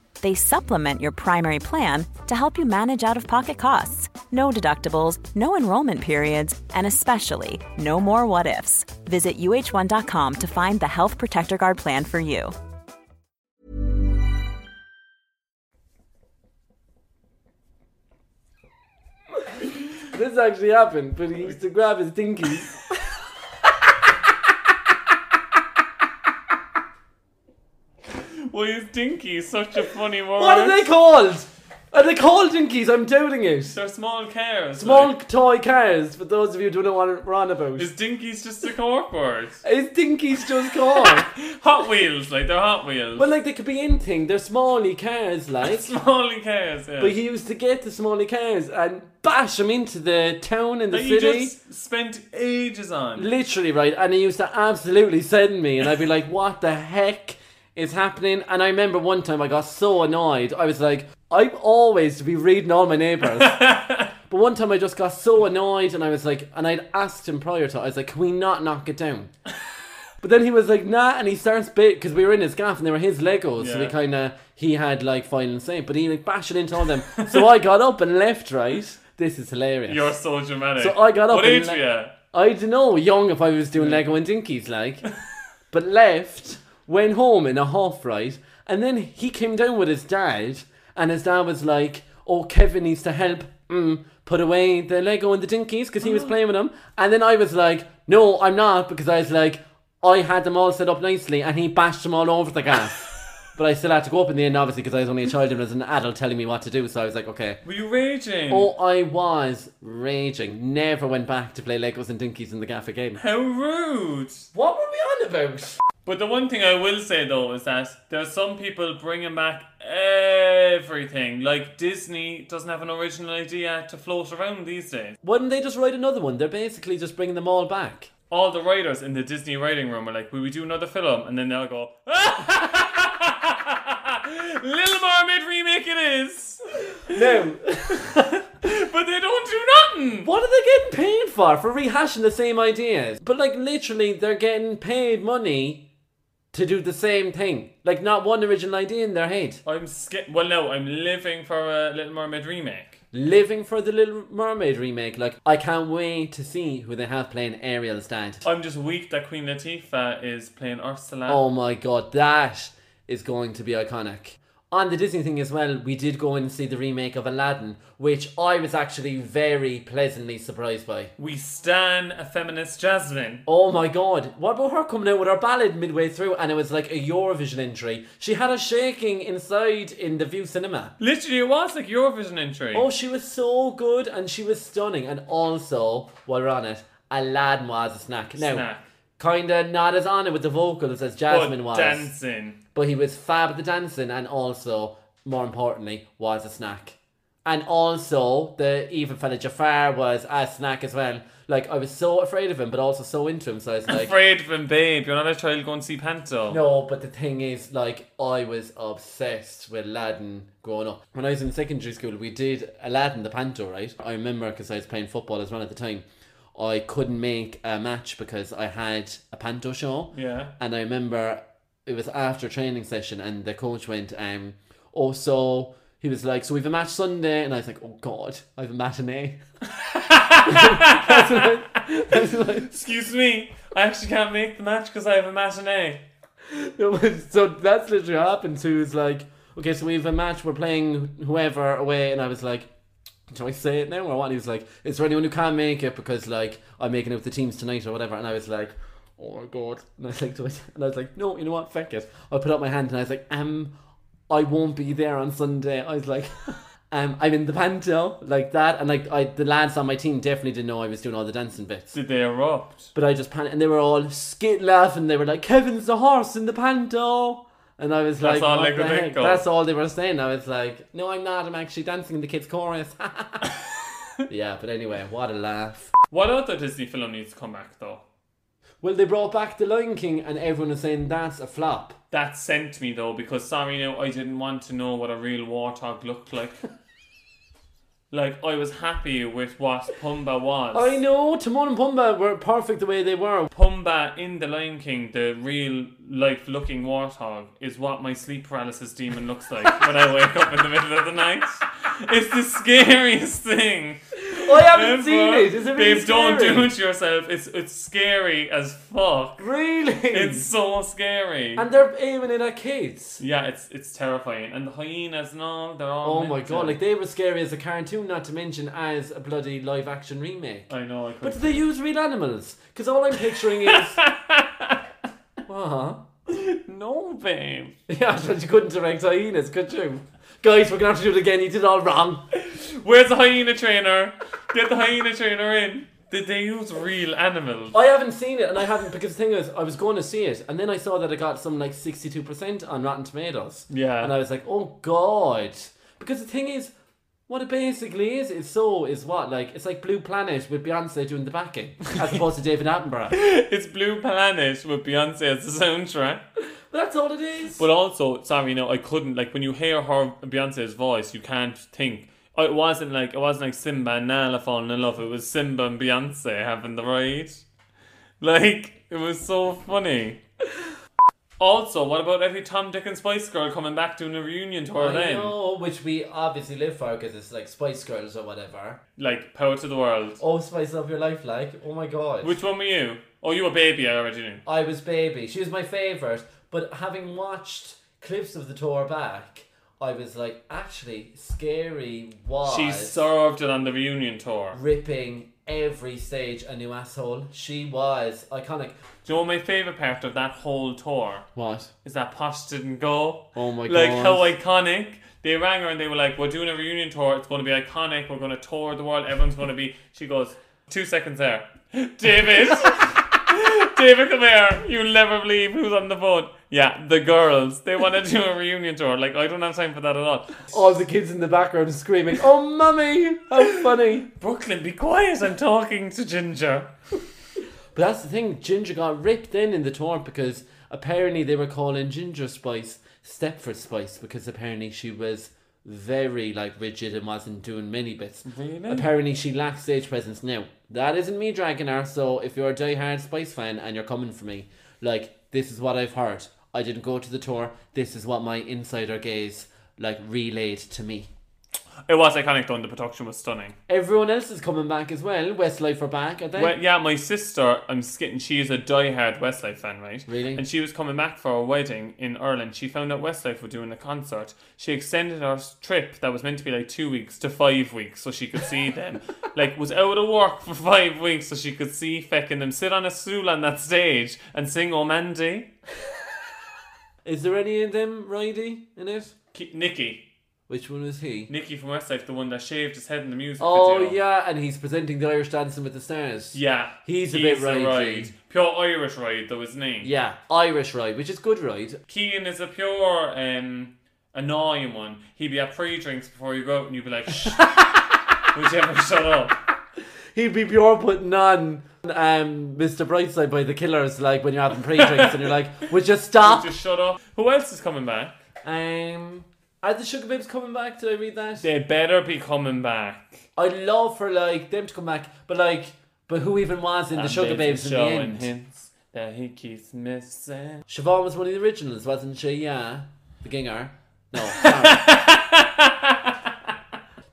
[SPEAKER 7] They supplement your primary plan to help you manage out of pocket costs. No deductibles, no enrollment periods, and especially no more what ifs. Visit uh1.com to find the Health Protector Guard plan for you.
[SPEAKER 2] this actually happened, but he used to grab his dinkies.
[SPEAKER 1] Why is dinky such a funny word?
[SPEAKER 2] What are they called? Are they called dinkies? I'm doubting it.
[SPEAKER 1] They're small cars.
[SPEAKER 2] Small
[SPEAKER 1] like-
[SPEAKER 2] toy cars, for those of you who don't know what we're on about.
[SPEAKER 1] Is
[SPEAKER 2] Is,
[SPEAKER 1] dinkies just a cork word?
[SPEAKER 2] dinkies just called?
[SPEAKER 1] Hot wheels, like they're hot wheels.
[SPEAKER 2] but like they could be anything. They're smally cars, like.
[SPEAKER 1] Small cars, yeah.
[SPEAKER 2] But he used to get the smally cars and bash them into the town and the
[SPEAKER 1] that you
[SPEAKER 2] city.
[SPEAKER 1] just spent ages on.
[SPEAKER 2] Literally, right? And he used to absolutely send me, and I'd be like, what the heck is happening? And I remember one time I got so annoyed. I was like, I'm always to be reading all my neighbours. but one time I just got so annoyed, and I was like, and I'd asked him prior to, I was like, can we not knock it down? But then he was like, nah, and he starts bit because we were in his gaff and they were his Legos, so
[SPEAKER 1] Yeah.
[SPEAKER 2] we kind of he had like final say, but he like bashing into all them. so I got up and left. Right, this is hilarious.
[SPEAKER 1] You're so dramatic.
[SPEAKER 2] So I got up
[SPEAKER 1] What
[SPEAKER 2] and
[SPEAKER 1] age
[SPEAKER 2] le-
[SPEAKER 1] were you?
[SPEAKER 2] I don't know, young if I was doing Lego and Dinkies, like. but left, went home in a half right, and then he came down with his dad, and his dad was like, "Oh, Kevin needs to help mm, put away the Lego and the Dinkies because he was playing with them." And then I was like, "No, I'm not," because I was like, I had them all set up nicely, and he bashed them all over the gaff. but I still had to go up in the end, obviously, because I was only a child and there was an adult telling me what to do. So I was like, "Okay."
[SPEAKER 1] Were you raging?
[SPEAKER 2] Oh, I was raging. Never went back to play Legos and Dinkies in the gaff again.
[SPEAKER 1] How rude.
[SPEAKER 2] What were we on about?
[SPEAKER 1] But the one thing I will say though is that there's some people bringing back everything. Like Disney doesn't have an original idea to float around these days.
[SPEAKER 2] Why didn't they just write another one? They're basically just bringing them all back.
[SPEAKER 1] All the writers in the Disney writing room are like, "Will we do another film?" And then they'll go, "Little Mermaid remake it is."
[SPEAKER 2] No.
[SPEAKER 1] But they don't do nothing.
[SPEAKER 2] what are they getting paid for? For rehashing the same ideas? But like literally, they're getting paid money to do the same thing. Like not one original idea in their head.
[SPEAKER 1] I'm scared. Well, no, I'm living for a Little Mermaid remake.
[SPEAKER 2] Living for the Little Mermaid remake. Like I can't wait to see who they have playing Ariel's dad.
[SPEAKER 1] I'm just weak that Queen Latifah is playing Ursula.
[SPEAKER 2] Oh my god, that is going to be iconic. On the Disney thing as well, we did go and see the remake of Aladdin, which I was actually very pleasantly surprised by.
[SPEAKER 1] We stan a feminist Jasmine.
[SPEAKER 2] Oh my god, what about her coming out with her ballad midway through and it was like a Eurovision entry? She had a shaking inside in the View Cinema.
[SPEAKER 1] Literally, it was like Eurovision entry.
[SPEAKER 2] Oh, she was so good and she was stunning. And also, while we're on it, Aladdin was a snack. Now,
[SPEAKER 1] Snack.
[SPEAKER 2] kinda not as on it with the vocals as
[SPEAKER 1] But
[SPEAKER 2] Jasmine was.
[SPEAKER 1] dancing.
[SPEAKER 2] but he was fab at the dancing and also, more importantly, was a snack. And also, the evil fella Jafar was a snack as well. Like, I was so afraid of him, but also so into him. So I was like,
[SPEAKER 1] Afraid of him, babe. You're not a child going to see Panto.
[SPEAKER 2] no, but the thing is, like, I was obsessed with Aladdin growing up. When I was in secondary school, we did Aladdin the Panto, right? I remember because I was playing football as well at the time. I couldn't make a match because I had a Panto show.
[SPEAKER 1] Yeah.
[SPEAKER 2] And I remember it was after training session, and the coach went, um, oh, so he was like, so we have a match Sunday. And I was like, oh, God, I have a matinee. That's what I- that's what I-
[SPEAKER 1] Excuse me. I actually can't make the match because I have a matinee.
[SPEAKER 2] No, but- so that's literally what happened. So he was like, okay, so we have a match, we're playing whoever away. And I was like, do I say it now or what? And he was like, it's for anyone who can't make it because, like, I'm making it with the teams tonight or whatever. And I was like, oh my god. And I was like, do I? And I was like, no, you know what? Fuck it. I put up my hand and I was like, um, I won't be there on Sunday. I was like, um, I'm in the panto, like that. And, like, I the lads on my team definitely didn't know I was doing all the dancing bits.
[SPEAKER 1] Did they erupt?
[SPEAKER 2] But I just panicked, and they were all skit laughing. They were like, "Kevin's the horse in the panto," and I was
[SPEAKER 1] That's
[SPEAKER 2] like,
[SPEAKER 1] all
[SPEAKER 2] "What
[SPEAKER 1] they
[SPEAKER 2] the
[SPEAKER 1] could
[SPEAKER 2] heck?"
[SPEAKER 1] think of.
[SPEAKER 2] That's all they were saying. I was like, "No, I'm not. I'm actually dancing in the kids' chorus." yeah, but anyway, what a laugh.
[SPEAKER 1] What other Disney film needs to come back though?
[SPEAKER 2] Well, they brought back the Lion King, and everyone was saying that's a flop.
[SPEAKER 1] That sent me though because sorry now I didn't want to know what a real warthog looked like. like I was happy with what Pumba was.
[SPEAKER 2] I know Timon and Pumbaa were perfect the way they were.
[SPEAKER 1] Pumba in The Lion King, the real life looking warthog, is what my sleep paralysis demon looks like when I wake up in the middle of the night. It's the scariest thing.
[SPEAKER 2] I haven't
[SPEAKER 1] ever.
[SPEAKER 2] seen it. Is it really
[SPEAKER 1] Babe,
[SPEAKER 2] scary?
[SPEAKER 1] don't do it to yourself. It's it's scary as fuck.
[SPEAKER 2] Really?
[SPEAKER 1] It's so scary.
[SPEAKER 2] and they're aiming it at kids.
[SPEAKER 1] yeah, it's it's terrifying. And the hyenas and all, they're all.
[SPEAKER 2] Oh my
[SPEAKER 1] mental.
[SPEAKER 2] god! Like they were scary as a cartoon, not to mention as a bloody live action remake.
[SPEAKER 1] I know. I
[SPEAKER 2] But do
[SPEAKER 1] couldn't.
[SPEAKER 2] they use real animals? Because all I'm picturing is. uh-huh.
[SPEAKER 1] no, babe.
[SPEAKER 2] Yeah, but you couldn't direct hyenas, could you? Guys, we're gonna have to do it again. You did it all wrong.
[SPEAKER 1] Where's the hyena trainer? Get the hyena trainer in. Did they use real animals?
[SPEAKER 2] I haven't seen it, and I haven't because the thing is, I was going to see it, and then I saw that it got some like sixty-two percent on Rotten Tomatoes.
[SPEAKER 1] Yeah.
[SPEAKER 2] and I was like, oh god, because the thing is, what it basically is, is so is what like it's like Blue Planet with Beyonce doing the backing, as opposed to David Attenborough.
[SPEAKER 1] It's Blue Planet with Beyonce as the soundtrack.
[SPEAKER 2] That's all it is.
[SPEAKER 1] But also, sorry, no, I couldn't like when you hear her Beyonce's voice, you can't think. It wasn't like it wasn't like Simba and Nala falling in love. It was Simba and Beyonce having the ride. Like it was so funny. Also, what about every Tom, Dick, and Spice Girl coming back doing a reunion tour
[SPEAKER 2] I
[SPEAKER 1] then?
[SPEAKER 2] know, which we obviously live for because it's like Spice Girls or whatever.
[SPEAKER 1] Like Power to the World.
[SPEAKER 2] Oh, Spice Up Your Life, like, oh my god.
[SPEAKER 1] Which one were you? Oh, you were baby. I already knew.
[SPEAKER 2] I was baby. She was my favourite, but having watched clips of the tour back, I was like, actually, Scary was
[SPEAKER 1] She served it on the reunion tour.
[SPEAKER 2] ripping every stage a new asshole. She was iconic.
[SPEAKER 1] Do you know what my favorite part of that whole tour?
[SPEAKER 2] What?
[SPEAKER 1] is that Posh didn't go.
[SPEAKER 2] Oh my
[SPEAKER 1] Like
[SPEAKER 2] God.
[SPEAKER 1] how iconic. They rang her and they were like, We're doing a reunion tour, it's gonna be iconic, we're gonna tour the world, everyone's gonna be she goes, Two seconds there. David David come here, you'll never believe who's on the phone. Yeah, the girls. They wanna do a reunion tour. Like I don't have time for that at all.
[SPEAKER 2] All the kids in the background screaming, "Oh, mummy! How funny!"
[SPEAKER 1] Brooklyn, be quiet, I'm talking to Ginger.
[SPEAKER 2] But that's the thing, Ginger got ripped in in the tour because apparently they were calling Ginger Spice Stepford Spice because apparently she was very like rigid and wasn't doing many bits. Really? Apparently she lacked stage presence. Now that isn't me dragging her. So if you're a die-hard Spice fan and you're coming for me, like this is what I've heard. I didn't go to the tour. This is what my insider gaze like relayed to me.
[SPEAKER 1] It was iconic though, and the production was stunning.
[SPEAKER 2] Everyone else is coming back as well. Westlife are back, are they?
[SPEAKER 1] Well, yeah, my sister, I'm skitting, she is a diehard Westlife fan, right?
[SPEAKER 2] Really?
[SPEAKER 1] And she was coming back for a wedding in Ireland. She found out Westlife were doing a concert. She extended her trip that was meant to be like two weeks to five weeks so she could see them. like, was out of work for five weeks so she could see fecking them sit on a stool on that stage and sing Oh Mandy.
[SPEAKER 2] Is there any of them Ridey in it?
[SPEAKER 1] Ki- Nicky.
[SPEAKER 2] Which one was he?
[SPEAKER 1] Nicky from Westlife, the one that shaved his head in the music
[SPEAKER 2] Oh
[SPEAKER 1] video.
[SPEAKER 2] yeah, and he's presenting the Irish Dancing with the Stars.
[SPEAKER 1] Yeah.
[SPEAKER 2] He's a bit ridey.
[SPEAKER 1] ride. Pure Irish ride, though, isn't he?
[SPEAKER 2] Yeah, Irish ride, which is good ride.
[SPEAKER 1] Keane is a pure um, annoying one, he'd be at free drinks before you go out and you'd be like, shh, would you ever shut up?
[SPEAKER 2] He'd be pure putting on um, Mr. Brightside by the Killers, like when you're having pre drinks and you're like, would you stop?
[SPEAKER 1] Just shut up. Who else is coming back?
[SPEAKER 2] Um, are the Sugar Babes coming back? Did I read that?
[SPEAKER 1] They better be coming back.
[SPEAKER 2] I'd love for like them to come back, but like, but who even was in the
[SPEAKER 1] And
[SPEAKER 2] Sugar
[SPEAKER 1] there's
[SPEAKER 2] Babes
[SPEAKER 1] a
[SPEAKER 2] in the
[SPEAKER 1] show
[SPEAKER 2] end?
[SPEAKER 1] and hints that he keeps missing.
[SPEAKER 2] Siobhan was one of the originals, wasn't she? Yeah. The Ginger. No, sorry.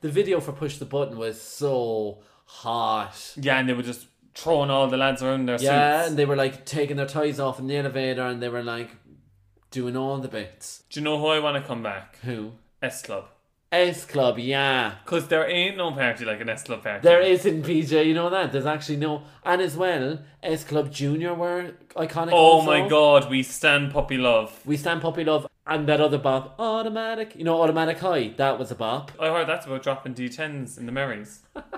[SPEAKER 2] the video for Push the Button was so hot.
[SPEAKER 1] Yeah, and they were just throwing all the lads around in their
[SPEAKER 2] Yeah,
[SPEAKER 1] suits.
[SPEAKER 2] and they were like taking their ties off in the elevator and they were like doing all the bits.
[SPEAKER 1] Do you know who I want to come back?
[SPEAKER 2] Who?
[SPEAKER 1] S Club.
[SPEAKER 2] S Club, yeah.
[SPEAKER 1] Because there ain't no party like an S Club party.
[SPEAKER 2] There is in PJ, you know that. There's actually no. And as well, S Club Junior were iconic.
[SPEAKER 1] Oh
[SPEAKER 2] also.
[SPEAKER 1] my god, we stand puppy love.
[SPEAKER 2] We Stand Puppy Love and that other bop, Automatic. You know, Automatic High, that was a bop.
[SPEAKER 1] I heard Oh, that's about dropping D10s in the Marys. but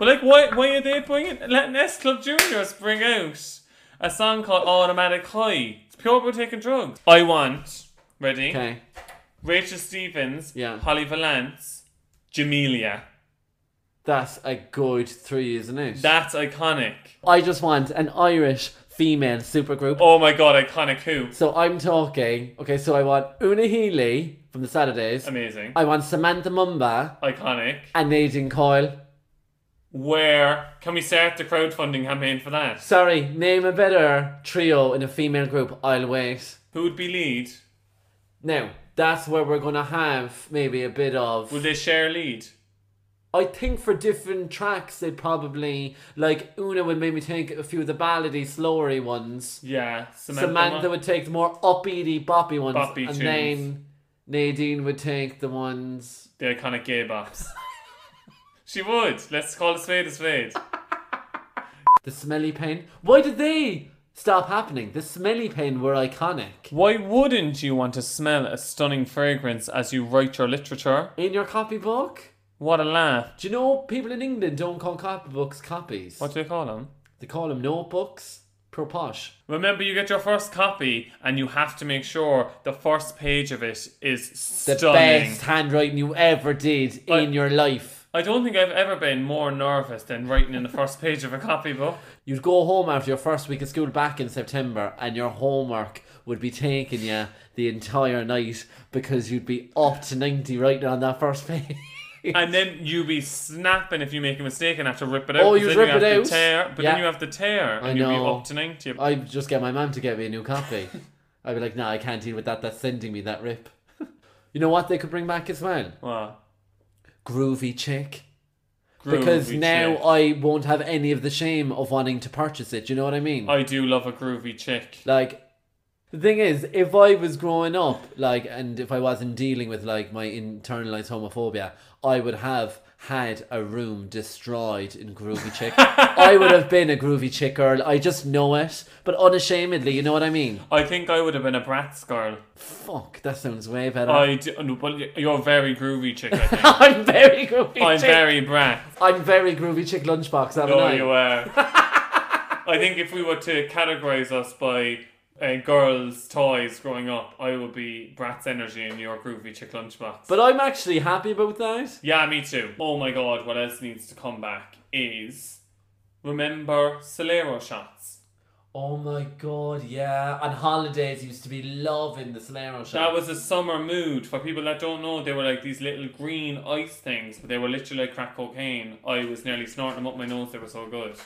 [SPEAKER 1] like, why, why are they bringing, letting S Club Juniors bring out a song called Automatic High? It's pure about taking drugs. I want, ready?
[SPEAKER 2] Okay.
[SPEAKER 1] Rachel Stevens,
[SPEAKER 2] Yeah.
[SPEAKER 1] Holly Valance, Jamelia.
[SPEAKER 2] That's a good three, isn't it?
[SPEAKER 1] That's iconic.
[SPEAKER 2] I just want an Irish female supergroup.
[SPEAKER 1] Oh my god, iconic who?
[SPEAKER 2] So I'm talking. Okay, so I want Una Healy from the Saturdays.
[SPEAKER 1] Amazing.
[SPEAKER 2] I want Samantha Mumba
[SPEAKER 1] Iconic.
[SPEAKER 2] and Nadine Coyle.
[SPEAKER 1] Where can we start the crowdfunding campaign for that?
[SPEAKER 2] Sorry, name a better trio in a female group. I'll wait.
[SPEAKER 1] Who would be lead?
[SPEAKER 2] Now that's where we're gonna have maybe a bit of.
[SPEAKER 1] Will they share lead?
[SPEAKER 2] I think for different tracks, they probably like Una would maybe take a few of the ballady, slowery ones.
[SPEAKER 1] Yeah, Samantha.
[SPEAKER 2] Samantha, would take the more upbeaty, boppy ones,
[SPEAKER 1] Boppy
[SPEAKER 2] and
[SPEAKER 1] tunes.
[SPEAKER 2] then Nadine would take the ones.
[SPEAKER 1] the iconic gay bops. she would. Let's call a spade a spade.
[SPEAKER 2] The smelly pen. Why did they stop happening? The smelly pen were iconic.
[SPEAKER 1] Why wouldn't you want to smell a stunning fragrance as you write your literature?
[SPEAKER 2] In your copybook?
[SPEAKER 1] What a laugh.
[SPEAKER 2] Do you know people in England don't call copybooks copies?
[SPEAKER 1] What do they call them?
[SPEAKER 2] They call them notebooks. Pure posh.
[SPEAKER 1] Remember, you get your first copy, and you have to make sure the first page of it is
[SPEAKER 2] The
[SPEAKER 1] stunning.
[SPEAKER 2] best handwriting you ever did in
[SPEAKER 1] I-
[SPEAKER 2] your life.
[SPEAKER 1] I don't think I've ever been more nervous than writing in the first page of a copybook.
[SPEAKER 2] You'd go home after your first week of school back in September, and your homework would be taking you the entire night because you'd be up to 90 writing on that first page.
[SPEAKER 1] And then you be snapping if you make a mistake and have to rip it out.
[SPEAKER 2] Oh,
[SPEAKER 1] 'cause
[SPEAKER 2] you'd
[SPEAKER 1] then
[SPEAKER 2] rip it
[SPEAKER 1] have to
[SPEAKER 2] out?
[SPEAKER 1] Tear, but
[SPEAKER 2] Yeah.
[SPEAKER 1] then you have to tear,
[SPEAKER 2] I
[SPEAKER 1] and you'd be
[SPEAKER 2] know.
[SPEAKER 1] up to 90.
[SPEAKER 2] I'd just get my mum to get me a new copy. I'd be like, nah, I can't deal with that. That's sending me that rip. you know what they could bring back as well?
[SPEAKER 1] Wow.
[SPEAKER 2] Groovy Chick.
[SPEAKER 1] Groovy
[SPEAKER 2] because now
[SPEAKER 1] chick.
[SPEAKER 2] I won't have any of the shame of wanting to purchase it. You know what I mean?
[SPEAKER 1] I do love a groovy chick.
[SPEAKER 2] like, the thing is, if I was growing up, like, and if I wasn't dealing with, like, my internalized homophobia, I would have had a room destroyed in Groovy Chick. I would have been a Groovy Chick girl. I just know it, but unashamedly, you know what I mean?
[SPEAKER 1] I think I would have been a Bratz girl.
[SPEAKER 2] Fuck, that sounds way better.
[SPEAKER 1] I do, no, but y- you're very groovy chick, I think.
[SPEAKER 2] I'm very groovy
[SPEAKER 1] I'm
[SPEAKER 2] chick.
[SPEAKER 1] very Bratz.
[SPEAKER 2] I'm very groovy chick lunchbox, haven't
[SPEAKER 1] No,
[SPEAKER 2] I?
[SPEAKER 1] you were. I think if we were to categorise us by uh, girls' toys growing up, I would be Bratz Energy and your groovy chick lunchbox.
[SPEAKER 2] But I'm actually happy about that.
[SPEAKER 1] yeah, me too. Oh my god, what else needs to come back is remember Solero shots.
[SPEAKER 2] Oh my god, yeah. And holidays used to be loving the Solero show.
[SPEAKER 1] That was a summer mood. For people that don't know, they were like these little green ice things, but they were literally like crack cocaine. I was nearly snorting them up my nose, they were so good.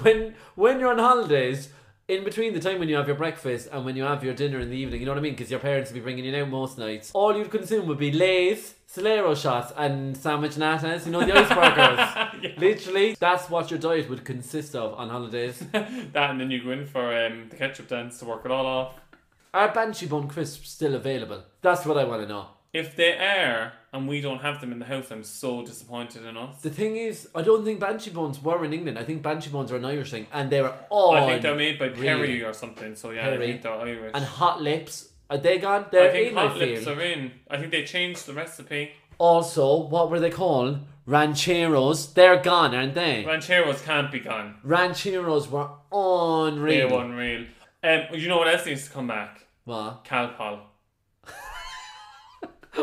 [SPEAKER 2] when when you're on holidays. In between the time when you have your breakfast and when you have your dinner in the evening, you know what I mean? Because your parents will be bringing you out most nights. All you'd consume would be Lay's, Solero shots, and sandwich natas, you know, the ice burgers. Literally, that's what your diet would consist of on holidays.
[SPEAKER 1] That and then you go in for um, the ketchup dance to work it all off.
[SPEAKER 2] Are Banshee Bun crisps still available? That's what I want to know.
[SPEAKER 1] If they are, and we don't have them in the house, I'm so disappointed in us.
[SPEAKER 2] The thing is, I don't think Banshee Buns were in England. I think Banshee Buns are an Irish thing, and they were all.
[SPEAKER 1] Oh, I think they're made by Perry
[SPEAKER 2] Oh, really.
[SPEAKER 1] or something, so yeah,
[SPEAKER 2] Perry.
[SPEAKER 1] I think they're Irish.
[SPEAKER 2] And Hot Lips. Are they gone?
[SPEAKER 1] I
[SPEAKER 2] They're
[SPEAKER 1] think
[SPEAKER 2] in,
[SPEAKER 1] hot
[SPEAKER 2] I
[SPEAKER 1] lips
[SPEAKER 2] feel.
[SPEAKER 1] are in. I think they changed the recipe.
[SPEAKER 2] Also, what were they called? Rancheros. They're gone, aren't they?
[SPEAKER 1] Rancheros can't be gone.
[SPEAKER 2] Rancheros were
[SPEAKER 1] They
[SPEAKER 2] unreal.
[SPEAKER 1] were unreal. Um, you know what else needs to come back?
[SPEAKER 2] What?
[SPEAKER 1] Calpol.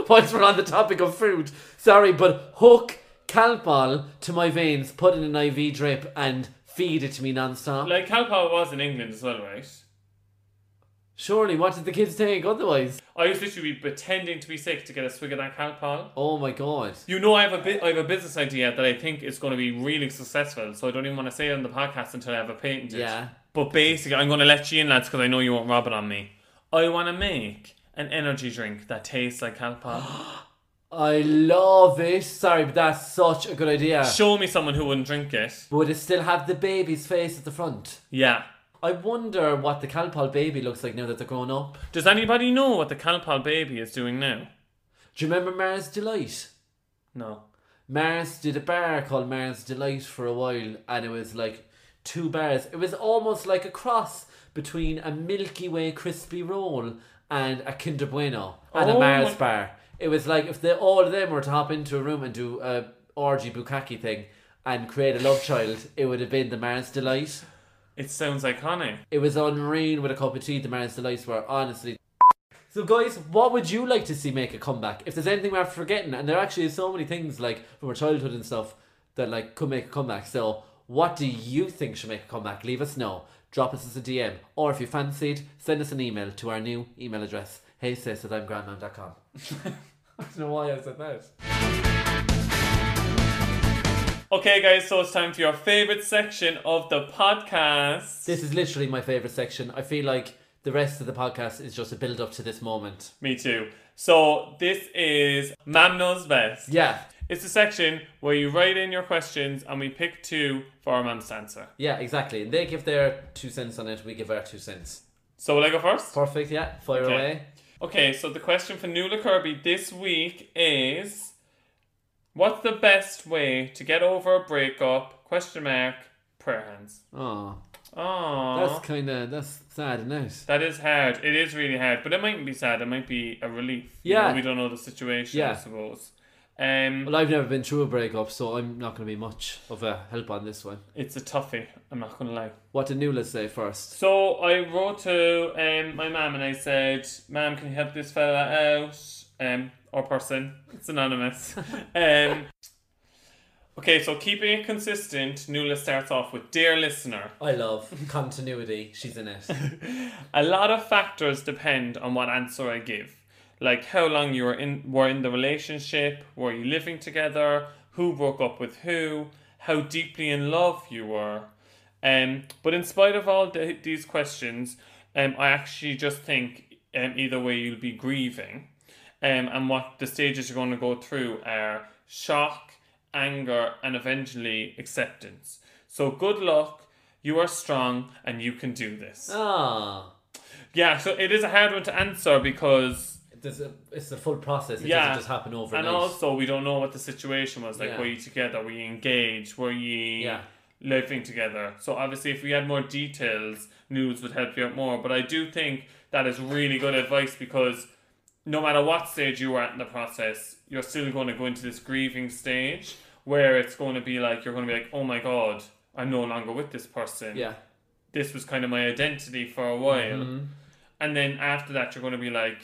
[SPEAKER 2] Whilst we're on the topic of food, sorry, but hook Calpol to my veins, put in an IV drip, and feed it to me non-stop.
[SPEAKER 1] Like Calpol was in England as well, right?
[SPEAKER 2] Surely, what did the kids take otherwise?
[SPEAKER 1] I used to literally be pretending to be sick to get a swig of that Calpol.
[SPEAKER 2] Oh my god.
[SPEAKER 1] You know, I have a bit. I have a business idea that I think is going to be really successful. So I don't even want to say it on the podcast until I have a patent.
[SPEAKER 2] Yeah.
[SPEAKER 1] But basically, I'm going to let you in, lads, because I know you won't rob it on me. I want to make an energy drink that tastes like Calpol.
[SPEAKER 2] I love it. Sorry, but that's such a good idea.
[SPEAKER 1] Show me someone who wouldn't drink it.
[SPEAKER 2] Would it still have the baby's face at the front?
[SPEAKER 1] Yeah.
[SPEAKER 2] I wonder what the Calpol baby looks like now that they're grown up.
[SPEAKER 1] Does anybody know what the Calpol baby is doing now?
[SPEAKER 2] Do you remember Mars Delight?
[SPEAKER 1] No.
[SPEAKER 2] Mars did a bar called Mars Delight for a while, and it was like two bars. It was almost like a cross between a Milky Way crispy roll and a Kinder Bueno and
[SPEAKER 1] Oh
[SPEAKER 2] a Mars
[SPEAKER 1] my-
[SPEAKER 2] bar. It was like if they, all of them were to hop into a room and do a orgy bukkake thing and create a love child, it would have been the Mars Delight.
[SPEAKER 1] It sounds iconic.
[SPEAKER 2] It was unreal with a cup of tea. The Mars Delights were honestly. So, guys, what would you like to see make a comeback? If there's anything we're forgetting, and there actually is so many things like from our childhood and stuff that like could make a comeback. So, what do you think should make a comeback? Leave us know. Drop us as a DM, or if you fancied, send us an email to our new email address. Hey sis at imgrandmam.com. I don't know why I said that.
[SPEAKER 1] Okay, guys, so it's time for your favorite section of the podcast.
[SPEAKER 2] This is literally my favorite section. I feel like the rest of the podcast is just a build up to this moment.
[SPEAKER 1] Me too. So this is Mam Knows Best.
[SPEAKER 2] Yeah,
[SPEAKER 1] It's a section where you write in your questions and we pick two for our mum's answer.
[SPEAKER 2] yeah, exactly. And they give their two cents on it. We give our two cents.
[SPEAKER 1] So will I go first?
[SPEAKER 2] Perfect, yeah. Fire
[SPEAKER 1] Okay.
[SPEAKER 2] away.
[SPEAKER 1] Okay, so the question for Nuala Kirby this week is What's the best way to get over a breakup? Question mark, prayer hands.
[SPEAKER 2] Oh,
[SPEAKER 1] Aww.
[SPEAKER 2] that's kind of that's sad, isn't it?
[SPEAKER 1] That is hard. It is really hard, but it mightn't be sad. It might be a relief. You
[SPEAKER 2] Yeah.
[SPEAKER 1] know, we don't know the situation, I
[SPEAKER 2] Yeah.
[SPEAKER 1] suppose. Um,
[SPEAKER 2] Well, I've never been through a breakup, so I'm not going to be much of a help on this one.
[SPEAKER 1] it's a toughie, I'm not going to lie.
[SPEAKER 2] What did Nuala say first?
[SPEAKER 1] So I wrote to um, my mum and I said, Mum, can you help this fella out? Um, or person. It's anonymous. um, okay, so keeping it consistent, Nuala starts off with Dear listener,
[SPEAKER 2] I love continuity. She's in it.
[SPEAKER 1] a lot of factors depend on what answer I give. Like how long you were in were in the relationship, were you living together, who broke up with who, how deeply in love you were. Um, but in spite of all the, these questions, um, I actually just think um, either way you'll be grieving. Um, and what the stages you're going to go through are shock, anger, and eventually acceptance. So good luck. You are strong and you can do this.
[SPEAKER 2] Ah,
[SPEAKER 1] Yeah, so it is a hard one to answer because
[SPEAKER 2] there's a, it's a full process. It
[SPEAKER 1] yeah,
[SPEAKER 2] doesn't just happen overnight.
[SPEAKER 1] And also, we don't know what the situation was. Like,
[SPEAKER 2] Yeah.
[SPEAKER 1] were you together? Were you engaged? Were you
[SPEAKER 2] Yeah.
[SPEAKER 1] living together? So obviously, if we had more details, news would help you out more. But I do think that is really good advice because no matter what stage you are at in the process, you're still going to go into this grieving stage where it's going to be like you're going to be like, oh my god, I'm no longer with this person
[SPEAKER 2] yeah,
[SPEAKER 1] this was kind of my identity for a while.
[SPEAKER 2] Mm-hmm.
[SPEAKER 1] And then after that, you're going to be like,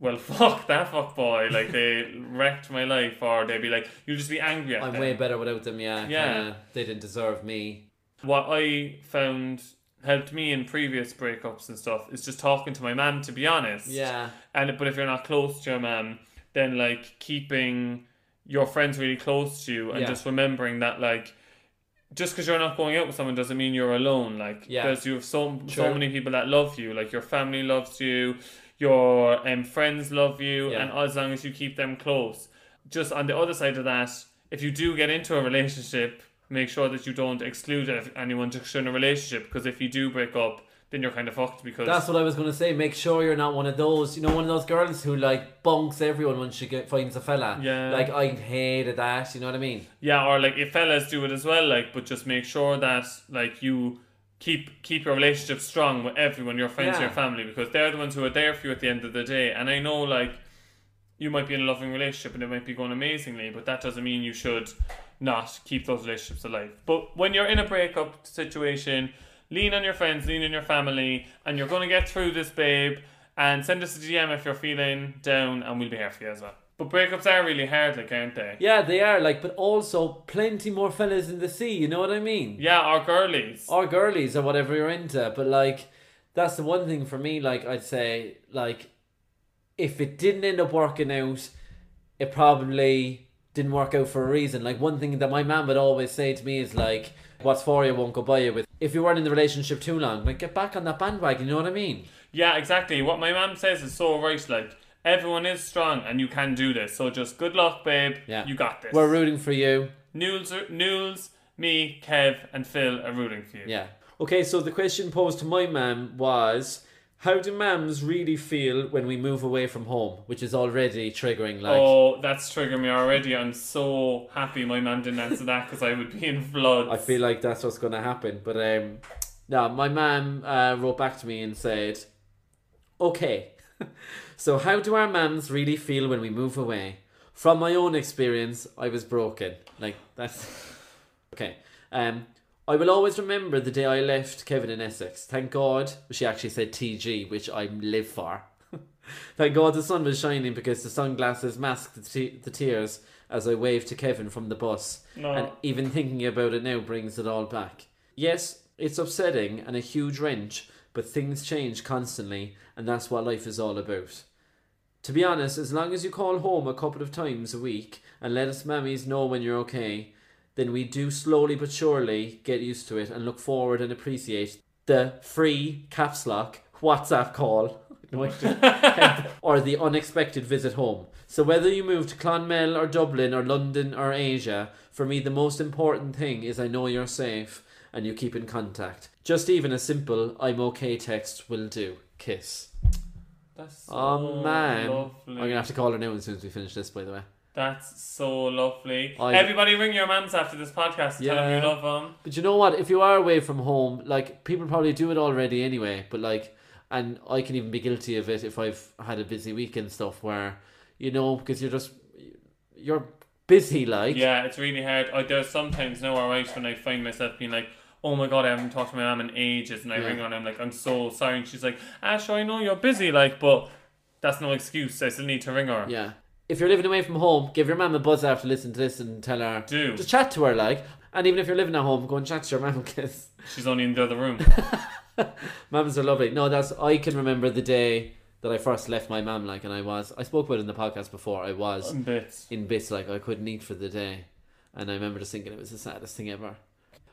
[SPEAKER 1] well, fuck that fuck boy. Like, they wrecked my life. Or they'd be like, you'll just be angry at
[SPEAKER 2] I'm
[SPEAKER 1] them.
[SPEAKER 2] way better without them. Yeah,
[SPEAKER 1] Yeah.
[SPEAKER 2] Kinda, they didn't deserve me.
[SPEAKER 1] What I found helped me in previous breakups and stuff is just talking to my mum, to be honest.
[SPEAKER 2] Yeah.
[SPEAKER 1] And But if you're not close to your mum, then, like, keeping your friends really close to you and
[SPEAKER 2] Yeah.
[SPEAKER 1] just remembering that, like, just because you're not going out with someone doesn't mean you're alone. Like,
[SPEAKER 2] Yeah.
[SPEAKER 1] there's you have so so
[SPEAKER 2] True.
[SPEAKER 1] many people that love you. Like your family loves you, your um, friends love you,
[SPEAKER 2] Yeah.
[SPEAKER 1] and as long as you keep them close. Just on the other side of that, if you do get into a relationship, make sure that you don't exclude ev- anyone to shun a relationship. Because if you do break up, then you're kind of fucked. Because
[SPEAKER 2] That's what I was going to say. Make sure you're not one of those, you know, one of those girls who like bunks everyone when she get, finds a fella.
[SPEAKER 1] Yeah.
[SPEAKER 2] Like, I hated that. You know what I mean?
[SPEAKER 1] Yeah, or like if fellas do it as well, like but just make sure that like you keep keep your relationship strong with everyone, your friends,
[SPEAKER 2] Yeah.
[SPEAKER 1] your family, because they're the ones who are there for you at the end of the day. And I know like you might be in a loving relationship and it might be going amazingly, but that doesn't mean you should not keep those relationships alive. But when you're in a breakup situation, lean on your friends, lean on your family, and you're gonna get through this, babe. And send us a DM if you're feeling down, and we'll be here for you as well. But breakups are really hard, like, aren't they?
[SPEAKER 2] Yeah, they are like, but also plenty more fellas in the sea. You know what I mean?
[SPEAKER 1] Yeah, or girlies.
[SPEAKER 2] or girlies or whatever you're into. But like, that's the one thing for me. Like, I'd say like, if it didn't end up working out, it probably didn't work out for a reason. Like one thing that my mum would always say to me is like, "What's for you won't go by you." With if you weren't in the relationship too long, like get back on that bandwagon. You know what I mean?
[SPEAKER 1] Yeah, exactly. What my mum says is so right. Like, everyone is strong and you can do this. So just good luck, babe.
[SPEAKER 2] Yeah,
[SPEAKER 1] You got this.
[SPEAKER 2] We're rooting for you.
[SPEAKER 1] Nules, are- Nules, me, Kev, and Phil are rooting for you.
[SPEAKER 2] Yeah. Okay, so the question posed to my mum was. How do mums really feel when we move away from home? Which is already triggering, like,
[SPEAKER 1] Oh, that's triggering me already. I'm so happy my man didn't answer that because I would be in floods.
[SPEAKER 2] I feel like that's what's going to happen. But um, no, my mum uh, wrote back to me and said, "Okay, so how do our mums really feel when we move away? From my own experience, I was broken. Like that's okay. Um, I will always remember the day I left Kevin in Essex. Thank God, she actually said TG, which I live for. Thank God the sun was shining because the sunglasses masked the, te- the tears as I waved to Kevin from the bus. And even thinking about it now brings it all back. Yes, it's upsetting and a huge wrench, but things change constantly, and that's what life is all about. To be honest, as long as you call home a couple of times a week and let us mammies know when you're okay, then we do slowly but surely get used to it and look forward and appreciate the free caps lock WhatsApp call. No, I didn't. or the unexpected visit home. So whether you move to Clonmel or Dublin or London or Asia, for me the most important thing is I know you're safe and you keep in contact. Just even a simple I'm okay text will do. Kiss.
[SPEAKER 1] That's so
[SPEAKER 2] Oh man.
[SPEAKER 1] lovely.
[SPEAKER 2] I'm gonna have to call her now as soon as we finish this, by the way.
[SPEAKER 1] That's so lovely.
[SPEAKER 2] I-
[SPEAKER 1] Everybody ring your mums after this podcast and tell them
[SPEAKER 2] Yeah.
[SPEAKER 1] you love them.
[SPEAKER 2] But you know what? If you are away from home, like people probably do it already anyway, but like and I can even be guilty of it if I've had a busy week and stuff where you know, because you're just you're busy like
[SPEAKER 1] Yeah, it's really hard. I, there's sometimes no alright when I find myself being like, oh my god, I haven't talked to my mum in ages, and I ring on, I'm like, I'm so sorry. And she's like, Ash, I know you're busy, like, but that's no excuse. I still need to ring her.
[SPEAKER 2] Yeah. If you're living away from home, give your mum a buzz after listening to this and tell her
[SPEAKER 1] Do.
[SPEAKER 2] just chat to her like and even if you're living at home, go and chat to your mum because
[SPEAKER 1] She's only in the other room.
[SPEAKER 2] Mums are lovely. No, that's I can remember the day that I first left my mum. Like, and I was I spoke about it in the podcast before. I was
[SPEAKER 1] Bits.
[SPEAKER 2] in bits. Like, I couldn't eat for the day, and I remember just thinking it was the saddest thing ever.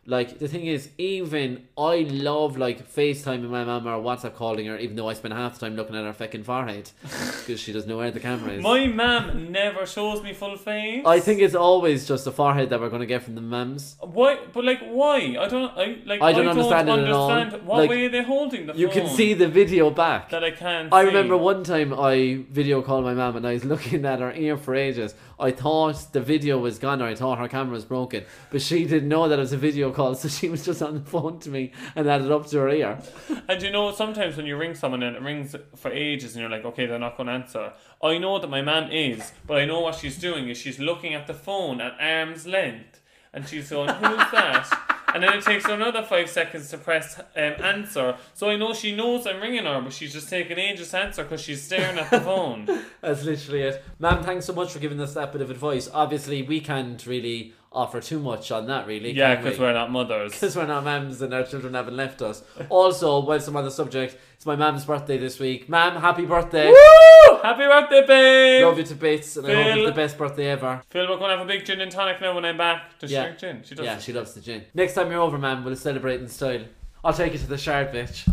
[SPEAKER 2] Like the thing is, even I love like FaceTiming my mum or WhatsApp calling her, even though I spend half the time looking at her fucking forehead because she doesn't know where the camera is.
[SPEAKER 1] My mum never shows me full face.
[SPEAKER 2] I think it's always just the forehead that we're gonna get from the mums.
[SPEAKER 1] Why? But like, why? I don't. I like.
[SPEAKER 2] I don't understand it at all.
[SPEAKER 1] understand what
[SPEAKER 2] Like,
[SPEAKER 1] way are they holding the
[SPEAKER 2] You
[SPEAKER 1] phone
[SPEAKER 2] can see the video back.
[SPEAKER 1] that I can't.
[SPEAKER 2] I
[SPEAKER 1] see?
[SPEAKER 2] remember one time I video called my mum and I was looking at her ear for ages. I thought the video was gone or I thought her camera was broken, but she didn't know that it was a video call, so she was just on the phone to me and had it up to her ear.
[SPEAKER 1] And you know, sometimes when you ring someone and it rings for ages, and you're like, okay, they're not going to answer. I know that my mum is, but I know what she's doing is she's looking at the phone at arm's length, and she's going, "Who's that?" And then it takes her another five seconds to press um, answer. So I know she knows I'm ringing her, but she's just taking ages to answer because she's staring at the phone.
[SPEAKER 2] That's literally it. Ma'am, thanks so much for giving us that bit of advice. Obviously, we can't really offer too much on that, really.
[SPEAKER 1] yeah,
[SPEAKER 2] can we?
[SPEAKER 1] because we're not mothers.
[SPEAKER 2] because we're not mums and our children haven't left us. Also, whilst I'm on the subject, it's my mum's birthday this week. Ma'am, happy birthday.
[SPEAKER 1] Woo! Happy birthday, babe!
[SPEAKER 2] Love you to bits, and I hope
[SPEAKER 1] Phil.
[SPEAKER 2] it's the best birthday ever.
[SPEAKER 1] Phil, we're gonna have a big gin and tonic now when I'm back. Does
[SPEAKER 2] Yeah.
[SPEAKER 1] she drink gin? She does.
[SPEAKER 2] Yeah, she loves the gin. Next time you're over, man, we'll celebrate in style. I'll take you to the shard, bitch.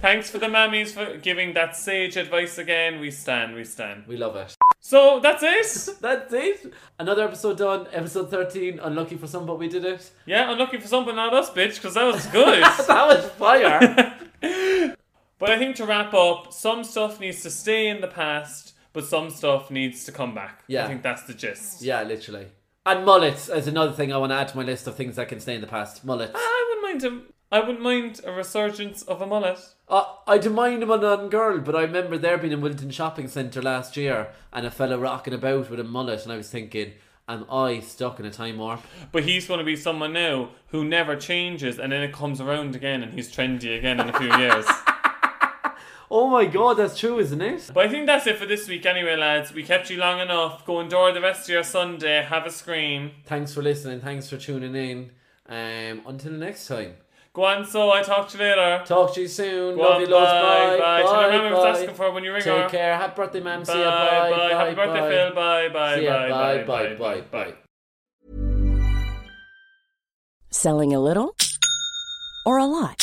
[SPEAKER 1] Thanks for the mammies for giving that sage advice again. We stand, we stand.
[SPEAKER 2] We love it.
[SPEAKER 1] So that's it.
[SPEAKER 2] That's it. Another episode done. Episode 13. Unlucky for some, but we did it.
[SPEAKER 1] Yeah, I'm looking for something not us, bitch, because that was good.
[SPEAKER 2] That was fire.
[SPEAKER 1] but I think to wrap up, some stuff needs to stay in the past, but some stuff needs to come back.
[SPEAKER 2] Yeah.
[SPEAKER 1] I think that's the gist.
[SPEAKER 2] yeah, literally. And mullets is another thing I want to add to my list of things that can stay in the past. Mullets.
[SPEAKER 1] I wouldn't mind a, I wouldn't mind a resurgence of a mullet.
[SPEAKER 2] Uh, I don't mind them on on girl, but I remember there being in Wilton Shopping Centre last year and a fella rocking about with a mullet, and I was thinking, am I stuck in a time warp?
[SPEAKER 1] But he's going to be someone now who never changes, and then it comes around again, and he's trendy again in a few years.
[SPEAKER 2] Oh my god, that's true, isn't it?
[SPEAKER 1] But I think that's it for this week, anyway, lads. We kept you long enough. Go enjoy the rest of your Sunday. Have a scream.
[SPEAKER 2] Thanks for listening. Thanks for tuning in. Um, until next time.
[SPEAKER 1] Go on, so I talk to you later.
[SPEAKER 2] Talk to you soon.
[SPEAKER 1] Go
[SPEAKER 2] Love
[SPEAKER 1] on,
[SPEAKER 2] you, loves. Bye.
[SPEAKER 1] bye. Do you
[SPEAKER 2] Bye.
[SPEAKER 1] remember what I was
[SPEAKER 2] bye.
[SPEAKER 1] asking for when you ring
[SPEAKER 2] Take
[SPEAKER 1] her?
[SPEAKER 2] care. Happy birthday, ma'am.
[SPEAKER 1] Bye,
[SPEAKER 2] See ya. Bye.
[SPEAKER 1] bye. Happy birthday,
[SPEAKER 2] bye.
[SPEAKER 1] Phil. Bye, bye,
[SPEAKER 2] See ya. Bye.
[SPEAKER 1] bye, bye, bye,
[SPEAKER 2] Bye.
[SPEAKER 1] bye.
[SPEAKER 2] Bye.
[SPEAKER 5] Selling a little or a lot?